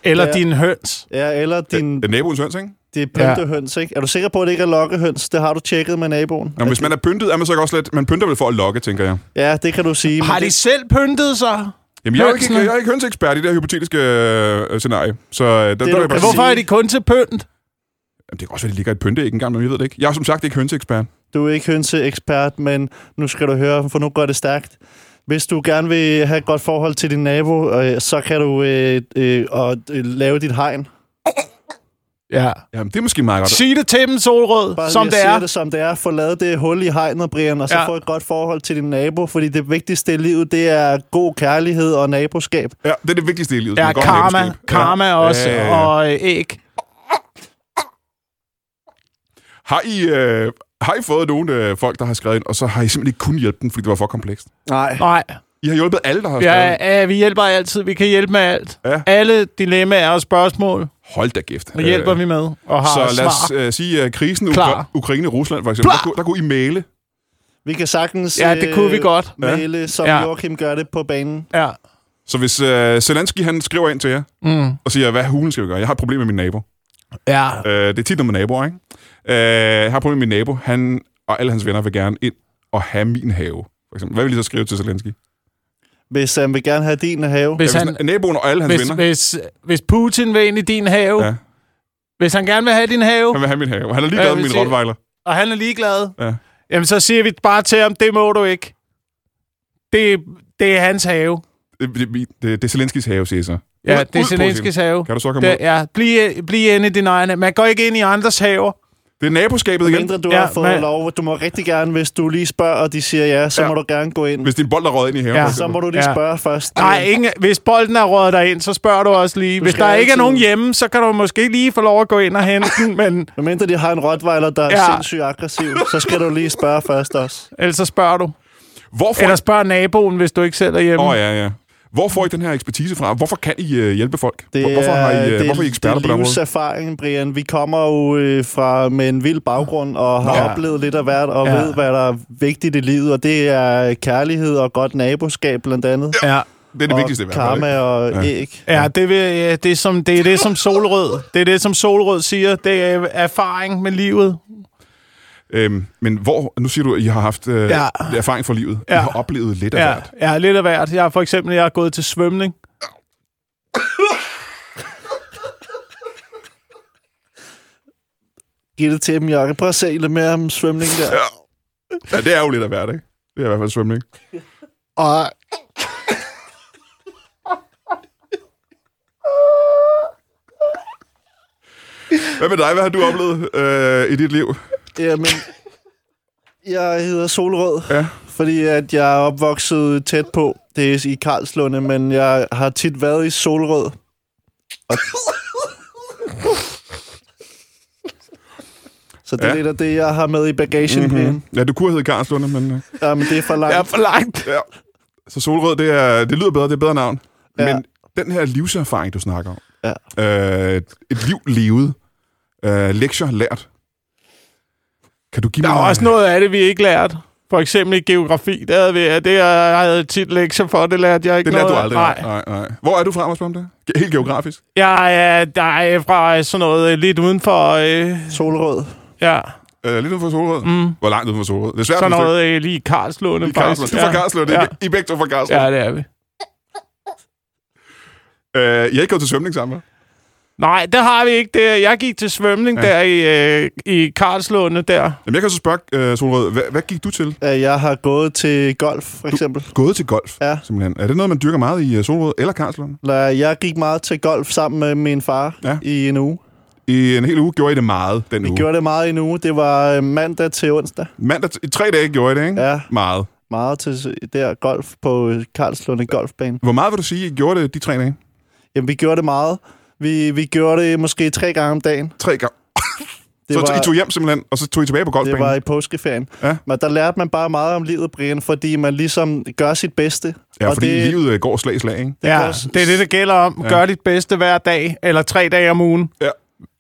S2: Eller
S3: Ja.
S2: ja. din høns.
S3: ja, eller din,
S1: Er naboens høns, ikke?
S3: det er pyntehøns, ikke? Er du sikker på, at det ikke er lokkehøns? Det har du tjekket med naboen.
S1: Nå, men hvis man er pyntet, er man så ikke også lidt... Man pynter vel for at lokke, tænker jeg.
S3: Ja, det kan du sige. men
S2: Har de
S3: det-
S2: selv pyntet sig?
S1: Jamen, jeg er jo ikke,
S2: Hønsene.
S1: jeg er ikke hønseekspert i det her hypotetiske øh, scenarie. Så øh, der, det, der,
S3: du
S1: vil jeg bare
S3: kan-
S1: sige,
S2: Hvorfor er de kun til pynt?
S1: Jamen, det kan også være, de ligger i et pynteæg engang, men jeg ved det ikke. Jeg er som sagt ikke hønseekspert.
S3: Du er ikke hønseekspert, men nu skal du høre, for nu går det stærkt. Hvis du gerne vil have et godt forhold til din nabo, øh, så kan du øh, øh, og, øh, lave dit hegn.
S2: Ja.
S1: Jamen, det er måske meget godt.
S2: Sig det til dem, Solrød,
S3: Bare
S2: som
S3: jeg
S2: det
S3: siger
S2: er.
S3: det, som det er. Få lavet det hul i hegnet, Brian, og så ja.
S2: Ja.
S3: få et godt forhold til din nabo. Fordi det vigtigste i livet, det er god kærlighed og naboskab.
S1: Ja, det er det vigtigste i livet.
S2: Ja,
S1: sådan et godt
S2: karma.
S1: naboskab.
S2: Karma også,
S1: Ja, ja, ja.
S2: og øh, æg.
S1: Har I, øh, har I fået nogle øh, folk, der har skrevet ind, og så har I simpelthen ikke kunnet hjælpe dem, fordi det var for komplekst?
S3: Nej.
S2: Nej,
S1: I har hjulpet alle, der har skrevet ja.
S2: ja, ja, vi hjælper altid. Vi kan hjælpe med alt.
S1: Ja.
S2: Alle dilemmaer og spørgsmål,
S1: Hold da gift.
S2: det hjælper vi med og har
S1: Så lad os
S2: svar.
S1: øh, sige, at krisen Ukra-
S2: Klar.
S1: Ukraine-Rusland for eksempel, der
S2: Klar.
S1: kunne, der kunne I male.
S3: Vi kan sagtens
S2: Ja, det kunne vi
S3: øh,
S2: godt.
S3: male, som
S2: Ja.
S3: Joachim gør det på banen.
S2: Ja.
S1: Så hvis øh, Zelensky han skriver ind til jer,
S2: Mm.
S1: og siger, hvad hulen skal vi gøre? Jeg har et problem med min nabo.
S2: Ja.
S1: Øh, det er tit noget med naboer, ikke? Øh, jeg har et problem med min nabo. Han og alle hans venner vil gerne ind og have min have. For eksempel. Hvad vil I så skrive til Zelensky?
S3: Hvis han vil gerne have din have.
S2: Hvis,
S1: ja,
S2: han,
S1: hvis naboen og alle hans
S2: hvis,
S1: venner
S2: hvis, hvis Putin vil ind i din have,
S1: Ja.
S2: ja. hvis han gerne vil have din have,
S1: han vil have min have. Han er ligeglad
S2: Ja,
S1: med
S2: hvis
S1: min
S2: I-
S1: rottweiler.
S2: og han er ligeglad,
S1: Ja.
S2: jamen så siger vi bare til ham, det må du ikke. Det, det er hans have.
S1: Det, det, det, det er Zelenskys have, siger I så.
S2: Ja,
S1: Ud-
S2: det er
S1: ud på
S2: Zelenskis
S1: scenen.
S2: have.
S1: Kan du så komme
S2: Det,
S1: ud?
S2: ja, bliv, bliv inde i din egen. Man går ikke ind i andres haver.
S1: Det er naboskabet igen.
S3: Mindre du ja,
S2: Ja,
S3: har fået
S2: men-
S3: lov, du må rigtig gerne, hvis du lige spørger, og de siger ja, så ja. må du gerne gå ind.
S1: Hvis din bold er røget ind i haven.
S2: Ja.
S1: for
S3: Så
S1: eksempel.
S3: må du lige ja.
S2: Ja.
S3: spørge først. øh,
S2: Nej, ingen, hvis bolden er røget dig ind, så spørger du også lige. Hvis
S3: skal
S2: der ikke er
S3: altid-
S2: nogen hjemme, så kan du måske lige få lov at gå ind og hente den, men
S3: Medmindre de har en rottweiler, der er ja.
S2: Ja.
S3: sindssygt aggressiv, så skal du lige spørge først også.
S2: ellers så spørger du.
S1: Hvor får,
S2: Eller spørger naboen, hvis du ikke selv er hjemme.
S1: Åh, ja, ja. Hvor får I den her ekspertise fra? Hvorfor kan I øh, hjælpe folk?
S3: Det
S1: Hvor- hvorfor, har I, øh,
S3: det,
S1: hvorfor er I eksperter
S3: det
S1: på den måde?
S3: erfaring, Brian. Vi kommer jo øh, fra med en vild baggrund og har ja.
S2: Ja.
S3: oplevet lidt af hvert og ja.
S2: Ja.
S3: ved, hvad der er vigtigt i livet. Og det er kærlighed og godt naboskab blandt andet.
S2: ja.
S1: Det er det vigtigste i
S3: og
S1: hvert fald.
S3: karma
S1: ikke?
S3: og
S1: Ja.
S3: ja. æg.
S2: Ja, det, vil, ja, det, er som, det er det, som Solrød, det er det, som Solrød siger. Det er erfaring med livet.
S1: Øhm, men hvor, nu siger du, at I har haft øh, ja.
S2: Ja.
S1: erfaring for livet. Ja. I
S2: Ja.
S1: har oplevet lidt af
S2: Ja,
S1: hvert.
S2: ja, lidt af hvert. Jeg har for eksempel jeg har gået til svømning.
S3: Giv det til dem, Jakke. Prøv at se lidt mere om svømning der. Ja.
S1: Ja, det er jo lidt af hvert, ikke? Det er i hvert fald svømning.
S3: Og
S1: Hvad med dig? Hvad har du oplevet øh, i dit liv?
S3: Jamen, jeg hedder Solrød,
S1: Ja.
S3: fordi at jeg er opvokset tæt på. Det er i Karlslunde, men jeg har tit været i Solrød. Og... Så det er
S1: Ja. Mhm.
S3: ja. lidt af det, jeg har med i bagagen. Mm-hmm.
S1: Ja, du kunne have heddet Karlslunde, men... Øh,
S3: Jamen, det er for langt.
S2: Jeg er for langt.
S1: ja. Så Solrød, det, er, det lyder bedre, det er et bedre navn. Ja.
S3: Ja.
S1: Men den her livserfaring, du snakker om.
S3: Ja.
S1: Øh, et liv levet. Øh, lektier lært. Kan du give
S2: Der
S1: mig...
S2: er også noget af det, vi ikke lærte. For eksempel i geografi, der havde vi, ja, det jeg havde tit lektier for, det lærte jeg ikke
S1: Det lærte du
S2: noget. af.
S1: aldrig.
S2: Nej.
S1: nej, nej. Hvor er du fra, Mads Blom, der? Ge- Helt geografisk.
S2: Jeg er, der er fra øh, sådan noget øh, lidt uden for... Øh,
S3: Solrød.
S2: ja,
S1: Øh, lidt uden for Solrød. Mm. Hvor langt uden for Solrød? Det er svært
S2: sådan
S1: at
S2: noget øh, lige i Karlslunde.
S1: I Karlslund. Du er fra Karlslund.
S2: Ja.
S1: Ja. I er begge to fra Karlslund.
S2: Ja, det er vi.
S1: Ja. Øh, I har ikke gået til svømning sammen, hva'?
S2: Nej, det har vi ikke. Det, jeg gik til svømning
S1: Ja.
S2: ja. der i, øh, i Karlslunde der.
S1: Jamen, jeg kan så spørge, øh, Solrød, hvad, hvad gik du til?
S3: Øh, Jeg har gået til golf, for eksempel.
S1: Gået til golf,
S3: Ja.
S1: simpelthen. Er det noget, man dyrker meget i øh, Solrød eller Karlslund?
S3: Eller Jeg gik meget til golf sammen med min far
S1: Ja. Uh.
S3: ja. i en uge.
S1: I en hel uge gjorde I det meget den
S3: Vi
S1: uge.
S3: gjorde det meget i en uge. Det var øh, mandag til onsdag.
S1: Mandag, t- I tre dage gjorde I det, ikke?
S3: Ja.
S1: Meget.
S3: meget til der golf på øh, Karlslunde Golfbane.
S1: Hvor meget vil du sige, I gjorde det de tre dage?
S3: Jamen, vi gjorde det meget. Vi, vi gjorde det måske tre gange om dagen.
S1: Tre gange.
S3: Det
S1: Så
S3: var,
S1: I tog hjem simpelthen, og så tog I tilbage på
S3: det
S1: golfbanen?
S3: var i påskeferien.
S1: Ja.
S3: Men der lærte man bare meget om livet, Brian, fordi man ligesom gør sit bedste.
S1: Ja,
S3: og
S1: fordi
S3: det,
S1: det... livet øh, går slag i slag, ikke?
S3: Det
S2: ja,
S3: kan også-
S2: det er det, det gælder om.
S1: Ja.
S2: Gør dit bedste hver dag, eller tre dage om ugen.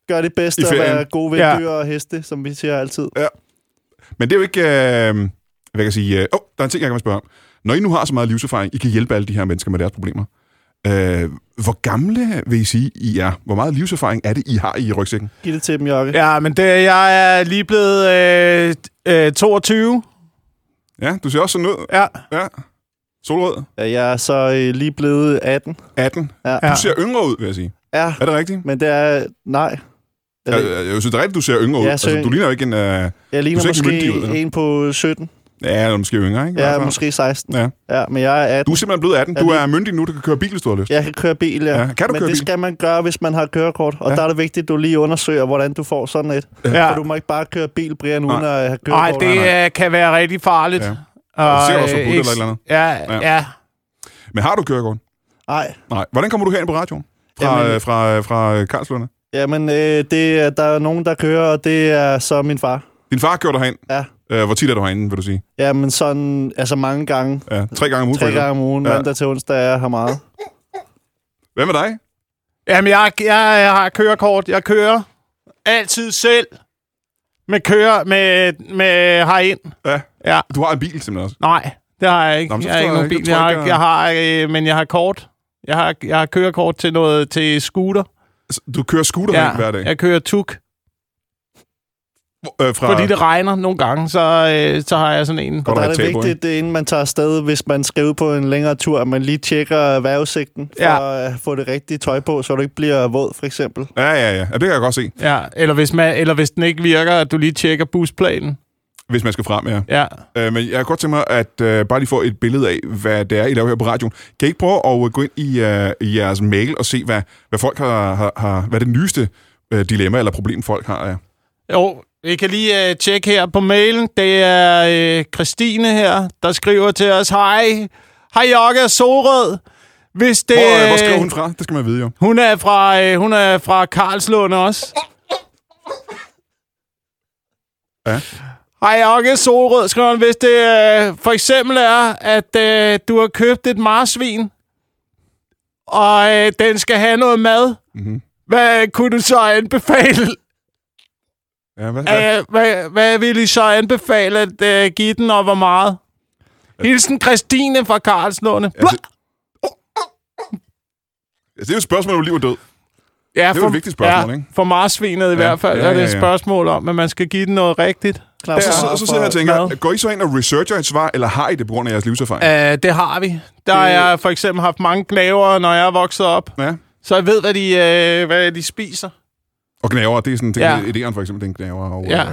S3: gør det
S1: i
S3: bedste at
S1: ferien.
S3: være gode ved
S2: Ja.
S3: ja. dyr og heste, som vi siger altid.
S1: Men det er jo ikke... Øh, hvad kan jeg sige? Åh, øh, oh, der er en ting, jeg kan spørge om. Når I nu har så meget livserfaring, I kan hjælpe alle de her mennesker med deres problemer. Øh, hvor gamle vil I sige, I er? Hvor meget livserfaring er det, I har i rygsækken?
S3: Giv det til dem, Jokke. Ja.
S2: Ja, men det, jeg er lige blevet øh, øh, 22.
S1: Ja, du ser også sådan ud.
S2: Ja,
S1: Ja. Solrød,
S3: Jeg er så øh, lige blevet 18.
S1: 18.
S3: Ja.
S2: Ja.
S1: Du ser yngre ud, vil jeg sige.
S3: ja.
S1: Er det rigtigt?
S3: Men det er... Nej. Jeg,
S1: Jeg, jeg, jeg synes, det er rigtigt, du ser yngre ud.
S3: Ja,
S1: altså,
S3: så-
S1: du ligner jo ikke en... Øh,
S3: jeg
S1: du
S3: ligner
S1: ser ikke
S3: måske
S1: myndig ud, eller?
S3: en på 17.
S1: ja, eller måske yngre, ikke? I hvert
S3: Ja,
S1: fald.
S3: måske 16.
S1: Ja.
S3: ja, men jeg er
S1: Du
S3: 18.
S1: er simpelthen blevet 18.
S3: Er
S1: Du
S3: det-
S1: er myndig nu, du kan køre bil, hvis du har lyst.
S3: Jeg kan køre bil, ja.
S1: Ja, kan du
S3: men
S1: køre
S3: det
S1: bil?
S3: skal man gøre, hvis man har kørekort. Og
S1: Ja.
S3: ja. der er det vigtigt, at du lige undersøger, hvordan du får sådan et.
S2: ja.
S3: For du må ikke bare køre bil, Brian, uden
S1: Nej.
S3: at have
S2: Nej,
S3: kørekort.
S2: det øh, kan være rigtig farligt.
S1: Ja.
S2: Ja.
S1: Og det ser også forbudt eller et eller andet.
S2: Ja,
S1: Ja.
S2: ja. ja.
S1: Men har du kørekort?
S3: Nej.
S1: Nej. Hvordan kommer du herind på radioen? Fra,
S3: Jamen-
S1: øh, fra, øh, fra øh, Karlslunde?
S3: Jamen, øh, det er, der er nogen, der kører, og det er så min far.
S1: Din far kører dig herind.
S3: Ja.
S1: Øh, hvor tit er du herinde, vil du sige?
S3: Jamen, sådan, altså mange gange.
S1: Ja, tre gange om ugen. for
S3: Tre
S1: eksempel.
S3: gange om ugen,
S1: Ja.
S3: ja. mandag til onsdag er jeg her meget.
S1: Hvad med dig?
S2: Jamen, jeg, jeg, jeg har kørekort. Jeg kører altid selv med kører med, med herind.
S1: Ja.
S2: Ja.
S1: Du har en bil simpelthen også.
S2: Nej, det har jeg ikke.
S1: Nå, men
S2: Nå,
S1: så
S2: jeg har ikke
S1: forstår jeg
S2: nogen
S1: ikke. Jeg
S2: bil. Jeg,
S1: tror
S2: har,
S1: ikke,
S2: ikke- jeg har, øh, men jeg har kort. Jeg har, jeg har kørekort til noget til scooter.
S1: Altså, Du kører scooter ja. herind hver dag.
S2: jeg kører tuk.
S1: Øh, fra,
S2: Fordi det regner nogle gange, så, øh, så har jeg sådan en.
S1: Godt
S3: Og der
S1: at
S3: er
S1: have
S3: det
S1: tag på,
S3: vigtigt, det, er, inden man tager afsted, hvis man skal ud på en længere tur, at man lige tjekker vejrudsigten for ja.
S2: Ja.
S3: at få det rigtige tøj på, så du ikke bliver våd, for eksempel.
S1: Ja, ja, ja. ja. Det kan jeg godt se.
S2: Ja, eller hvis, man, eller hvis den ikke virker, at du lige tjekker busplanen.
S1: Hvis man skal frem, ja.
S2: Ja.
S1: Øh, men jeg kan godt tænke mig, at øh, bare lige få et billede af, hvad det er, I laver her på radioen. Kan I ikke prøve at øh, gå ind i, øh, i jeres mail og se, hvad, hvad folk har, har, har, hvad det nyeste øh, dilemma eller problem, folk har? Ja.
S2: Jo, vi kan lige øh, tjekke her på mailen. Det er øh, Christine her, der skriver til os, hej, hej Jokke og Solrød. Hvis det,
S1: Hvor, øh, hvor skriver hun fra? Det skal man vide jo.
S2: Hun er fra, øh, hun er fra Karlslund også.
S1: Ja.
S2: Hej, Jokke Solrød, skriver hun, hvis det øh, for eksempel er, at øh, du har købt et marsvin, og øh, den skal have noget mad,
S1: Mhm.
S2: mm-hmm. hvad kunne du så anbefale?
S1: Ja, hvad,
S3: Øh.
S1: hvad?
S2: Ja. Hvad, hvad vil I så anbefale at øh, give den, og hvor meget? Hilsen Christine fra Karlslunde. Ja,
S1: det- Altså, det er jo et spørgsmål om liv og død.
S2: ja,
S1: det er jo et vigtigt spørgsmål,
S2: ja,
S1: ikke?
S2: For marsvinet i hvert
S1: ja,
S2: fald ja, ja, er det
S1: ja,
S2: et
S1: ja.
S2: spørgsmål om, at man skal give den noget rigtigt.
S3: Knap
S1: Så,
S3: så
S1: så,
S3: meget
S1: så sidder jeg og
S3: for-
S1: tænker,
S2: mad.
S1: går I så ind og researcher et svar, eller har I det på grund af jeres livserfaring?
S2: Uh, det har vi. Der har jeg for eksempel haft mange knavere, når jeg er vokset op.
S3: Øh.
S1: Ja.
S2: Så jeg ved, hvad de, øh, hvad de spiser.
S1: Og gnaver, det er sådan, det
S2: Ja.
S1: ja. idéen for eksempel, det er en gnaver, og
S2: Ja.
S1: øh,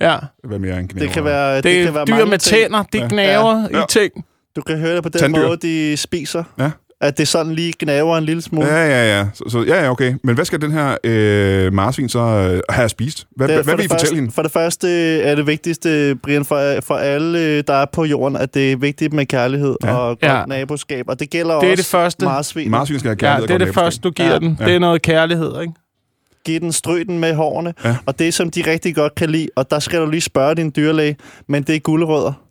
S2: Ja.
S1: hvad mere er en gnaver?
S3: Det kan være, det
S2: Det,
S3: kan
S2: det er
S3: være
S2: dyr
S3: mange
S2: med
S3: ting.
S2: tænder.
S1: Ja.
S2: De gnaver
S1: Ja.
S2: i ting.
S3: Du kan høre det på den
S1: Tanddyr.
S3: måde, de spiser.
S1: Ja.
S3: At det sådan lige gnaver en lille smule.
S1: Ja, ja, ja. Så, så, ja, ja, okay. Men hvad skal den her øh, marsvin så øh, have spist? Hvad,
S3: Det er
S1: hvad,
S3: for
S1: hvad vil I
S3: det første,
S1: fortælle hende?
S3: For det første øh, er det vigtigste, Brian, for, øh, for alle, der er på jorden, at det er vigtigt med kærlighed
S1: Ja.
S3: ja. og godt
S2: Ja.
S3: ja. naboskab. Og det gælder
S2: Det er
S3: også
S2: det første.
S3: marsvin.
S1: Marsvin skal have
S2: Ja,
S1: kærlighed
S2: det er
S1: og godt
S2: det første, du giver
S3: Ja.
S2: ja. den.
S1: Ja.
S2: Det er noget kærlighed, ikke?
S3: Giv den strøten med hårene.
S1: Ja.
S3: Ja. Og det, som de rigtig godt kan lide, og der skal du lige spørge din dyrlæge, men det er gulerødder.
S1: naboskab.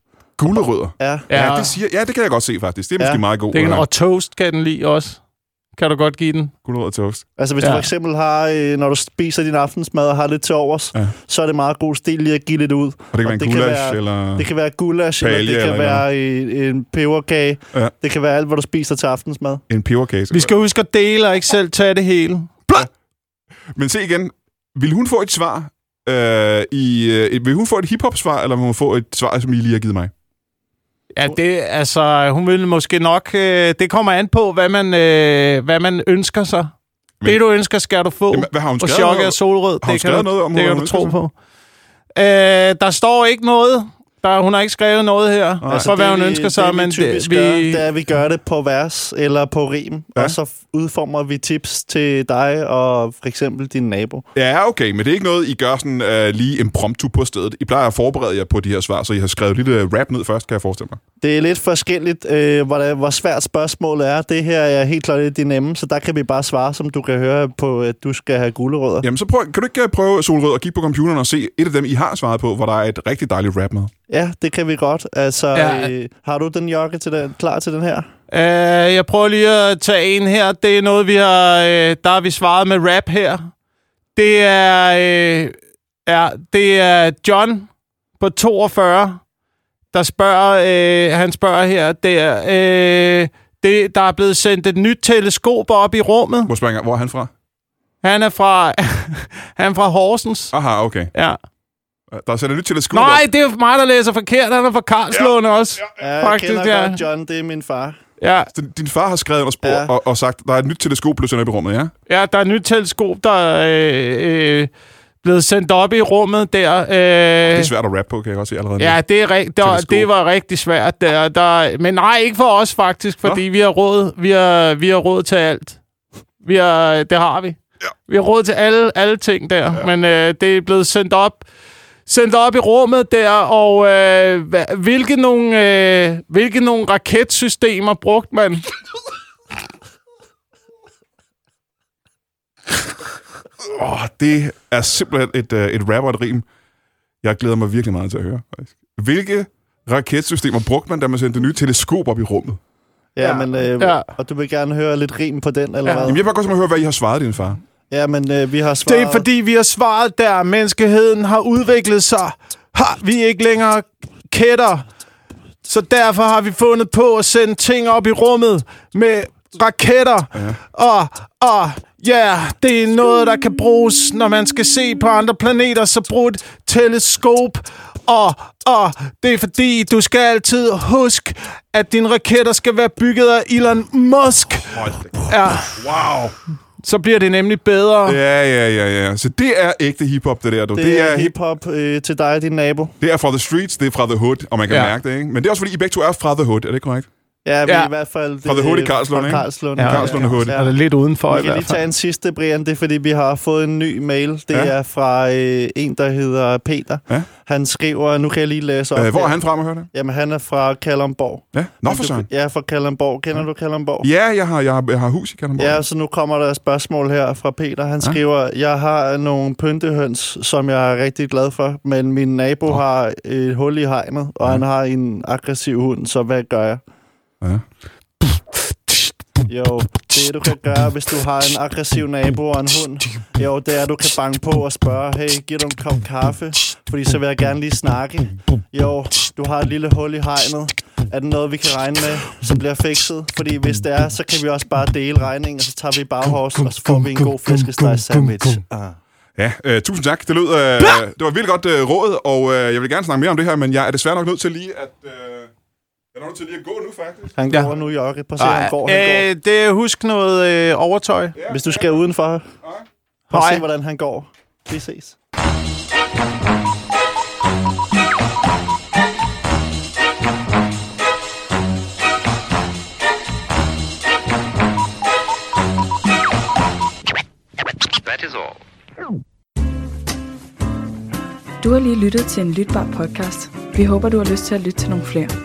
S1: Gulerødder.
S3: Ja.
S1: Ja. ja, det siger, ja, det kan jeg godt se faktisk. Det er
S3: Ja.
S1: måske meget godt.
S2: det kan,
S1: øh,
S2: og toast kan den lide også. Kan du godt give den?
S1: Gulerødder til os.
S3: Altså hvis
S2: Ja.
S3: ja. du for eksempel har, øh, når du spiser din aftensmad og har lidt til overs,
S1: Ja.
S3: ja. så er det meget god stil lige at give lidt ud.
S1: Og det kan være
S3: Og det
S1: en
S3: kan
S1: gulasch,
S3: være-
S1: eller...
S3: Det kan være gulasch,
S1: Paella
S3: eller det kan
S1: eller
S3: være øh, en peberkage.
S1: Ja.
S3: Ja. Det kan være alt, hvad du spiser til aftensmad.
S1: En peberkage.
S2: Vi skal huske at dele og ikke selv tage det hele.
S1: Men se igen, vil hun få et svar? Øh, i, øh, et, vil hun få et hiphop-svar, eller vil hun få et svar, som I lige har givet mig?
S2: Ja, det, altså, hun vil måske nok... Øh, det kommer an på, hvad man, øh, hvad man ønsker sig.
S1: Men-
S2: Men, det, du ønsker, skal du få.
S1: Jamen, hvad har hun
S2: og
S1: skrevet?
S2: chok
S1: noget?
S2: af solrød.
S1: Har hun
S2: Det kan,
S1: skrevet
S2: du,
S1: noget om,
S2: det
S1: hvor
S2: kan
S1: hun
S2: du tro
S1: ønsker
S2: på. Øh, der står ikke noget. Der, hun har ikke skrevet noget her,
S1: Nej.
S2: Nej. for hvad hun ønsker sig.
S3: Altså, det, vi
S2: men
S3: typisk gør, det er, at vi gør det på vers eller på rim,
S1: Ja.
S3: ja. og så f- udformer vi tips til dig og for eksempel din nabo.
S1: Ja, okay, men det er ikke noget, I gør sådan øh, lige impromptu på stedet. I plejer at forberede jer på de her svar, så I har skrevet lidt øh, rap ned først, kan jeg forestille mig.
S3: Det er lidt forskelligt, øh, hvor, hvor svært spørgsmålet er. Det her er helt klart et nemme, så der kan vi bare svare, som du kan høre på, at du skal have gulerødder.
S1: Jamen, så prøv, kan du ikke øh, prøve, Solrød, at kigge på computeren og se et af dem, I har svaret på, hvor der er et rigtig dejligt rap med?
S3: Ja, det kan vi godt. Altså,
S2: Ja.
S3: ja. øh, har du den jokke til den, klar til den her?
S2: Øh, jeg prøver lige at tage en her. Det er noget, vi har... Øh, der har vi svaret med rap her. Det er... Øh, ja, det er John på 42, der spørger, øh, han spørger her, der, øh, det, der er blevet sendt et nyt teleskop op i rummet.
S1: Hvor, springer, hvor er han fra?
S2: Han er fra, han er fra Horsens.
S1: Aha, okay.
S2: Ja.
S1: Øh, Der er sendt et nyt teleskop.
S2: Nej, det er jo mig, der læser forkert. Han er fra Karlslunde ja. også.
S3: Ja, jeg
S2: Faktisk,
S3: kender
S2: ja.
S3: godt John, det er min far.
S2: Ja.
S1: Din, din far har skrevet under spor ja.
S3: Ja.
S1: og, og sagt, der er et nyt teleskop, blevet sendt op i rummet, ja?
S2: ja, der er et nyt teleskop, der er øh, øh, blevet sendt op i rummet der. Øh,
S1: Det er svært at rappe på, kan jeg godt se allerede nu.
S2: Ja, det, er rig- der,
S1: Teleskop.
S2: det var rigtig svært. Der, der, men nej, ikke for os faktisk, fordi vi har råd. Vi har, vi har råd til alt. Vi har, det har vi.
S1: Ja.
S2: Vi har råd til alle, alle ting der, ja. men øh, det er blevet sendt op sendt op i rummet der, og øh, hva- hvilke, nogle, øh, hvilke nogle raketsystemer brugte man?
S1: Åh, det er simpelthen et, øh, et rap og et rim. Jeg glæder mig virkelig meget til at høre, faktisk. Hvilke raketsystemer brugte man, da man sendte det nye teleskop op i rummet?
S3: Ja,
S2: Ja.
S3: ja. men øh,
S2: Ja.
S3: ja. og du vil gerne høre lidt rim på den, eller
S2: Ja.
S3: ja.
S1: Jamen,
S3: hvad?
S1: jeg vil bare godt tænke mig at høre, hvad I har svaret din far.
S3: Ja, men øh, vi har svaret...
S2: Det er fordi, vi har svaret der, menneskeheden har udviklet sig. Har vi ikke længere kætter. Så derfor har vi fundet på at sende ting op i rummet med raketter. Ja. Og, og ja, yeah, det er noget, der kan bruges, når man skal se på andre planeter, så brug et teleskop. Og, og det er fordi, du skal altid huske, at dine raketter skal være bygget af Elon Musk. Ja,
S1: Wow!
S2: så bliver det nemlig bedre.
S1: Ja, ja, ja, ja. Så det er ægte hiphop, det der, du.
S3: Det, er hiphop øh, til dig og din nabo.
S1: det er fra The Streets, det er fra The Hood, og man kan
S2: Ja.
S1: ja. mærke det, ikke? Men det er også fordi, I begge to er fra The Hood, er det korrekt?
S3: Ja, vi
S2: Ja.
S3: er i hvert fald... øh,
S1: Fra The Hood i Karlslunde,
S3: Fra
S1: ikke?
S3: Karlslunde.
S2: Ja,
S1: Karlslunde Hood.
S2: Er det lidt udenfor
S3: Vi
S2: i
S3: kan lige
S2: hvert
S3: tage
S2: fald?
S3: en sidste, Brian. Det er, fordi vi har fået en ny mail. Det
S1: Ja.
S3: ja. er fra øh, en, der hedder Peter.
S1: Ja.
S3: Han skriver... Nu kan jeg lige læse op.
S1: Øh, hvor er
S3: her.
S1: han fra, må jeg høre det?
S3: Jamen, han er fra Kalundborg.
S1: Ja. Nå, for
S3: Du-
S1: søren.
S3: Ja, fra Kalundborg. Kender du Kalundborg?
S1: Ja, jeg har, jeg, har, jeg har hus i Kalundborg.
S3: Ja, så nu kommer der et spørgsmål her fra Peter. Han
S1: Ja.
S3: ja. skriver, jeg har nogle pyntehøns, som jeg er rigtig glad for, men min nabo
S1: Nå.
S3: oh. har et hul i hegnet,
S1: Ja.
S3: og ja. han har en aggressiv hund, så hvad gør jeg?
S1: Ja.
S3: Jo, det du kan gøre, hvis du har en aggressiv nabo og en hund, jo, det er, at du kan banke på og spørge, hey, giv dem en kop kaffe, fordi så vil jeg gerne lige snakke. Jo, du har et lille hul i hegnet. Er det noget, vi kan regne med, som bliver fikset? Fordi hvis det er, så kan vi også bare dele regningen, og så tager vi Bauhaus, og så får vi en god flæskesteg sandwich. Ah.
S1: Ja, øh, tusind tak. Det lød, øh, det var et vildt godt øh, råd, og øh, jeg vil gerne snakke mere om det her, men jeg er desværre nok nødt til lige at... Øh, jeg er nok nødt til lige at gå nu, faktisk.
S3: Han
S2: Ja.
S3: går nu, Jokke. Prøv at se, han går, han
S2: øh, det er husk noget øh, overtøj.
S1: Ja,
S3: går. Hvis du skal udenfor, prøv at
S2: Hej.
S3: se, hvordan han går. Vi ses.
S5: That is all.
S6: Du har lige lyttet til en lytbar podcast. Vi håber, du har lyst til at lytte til nogle flere.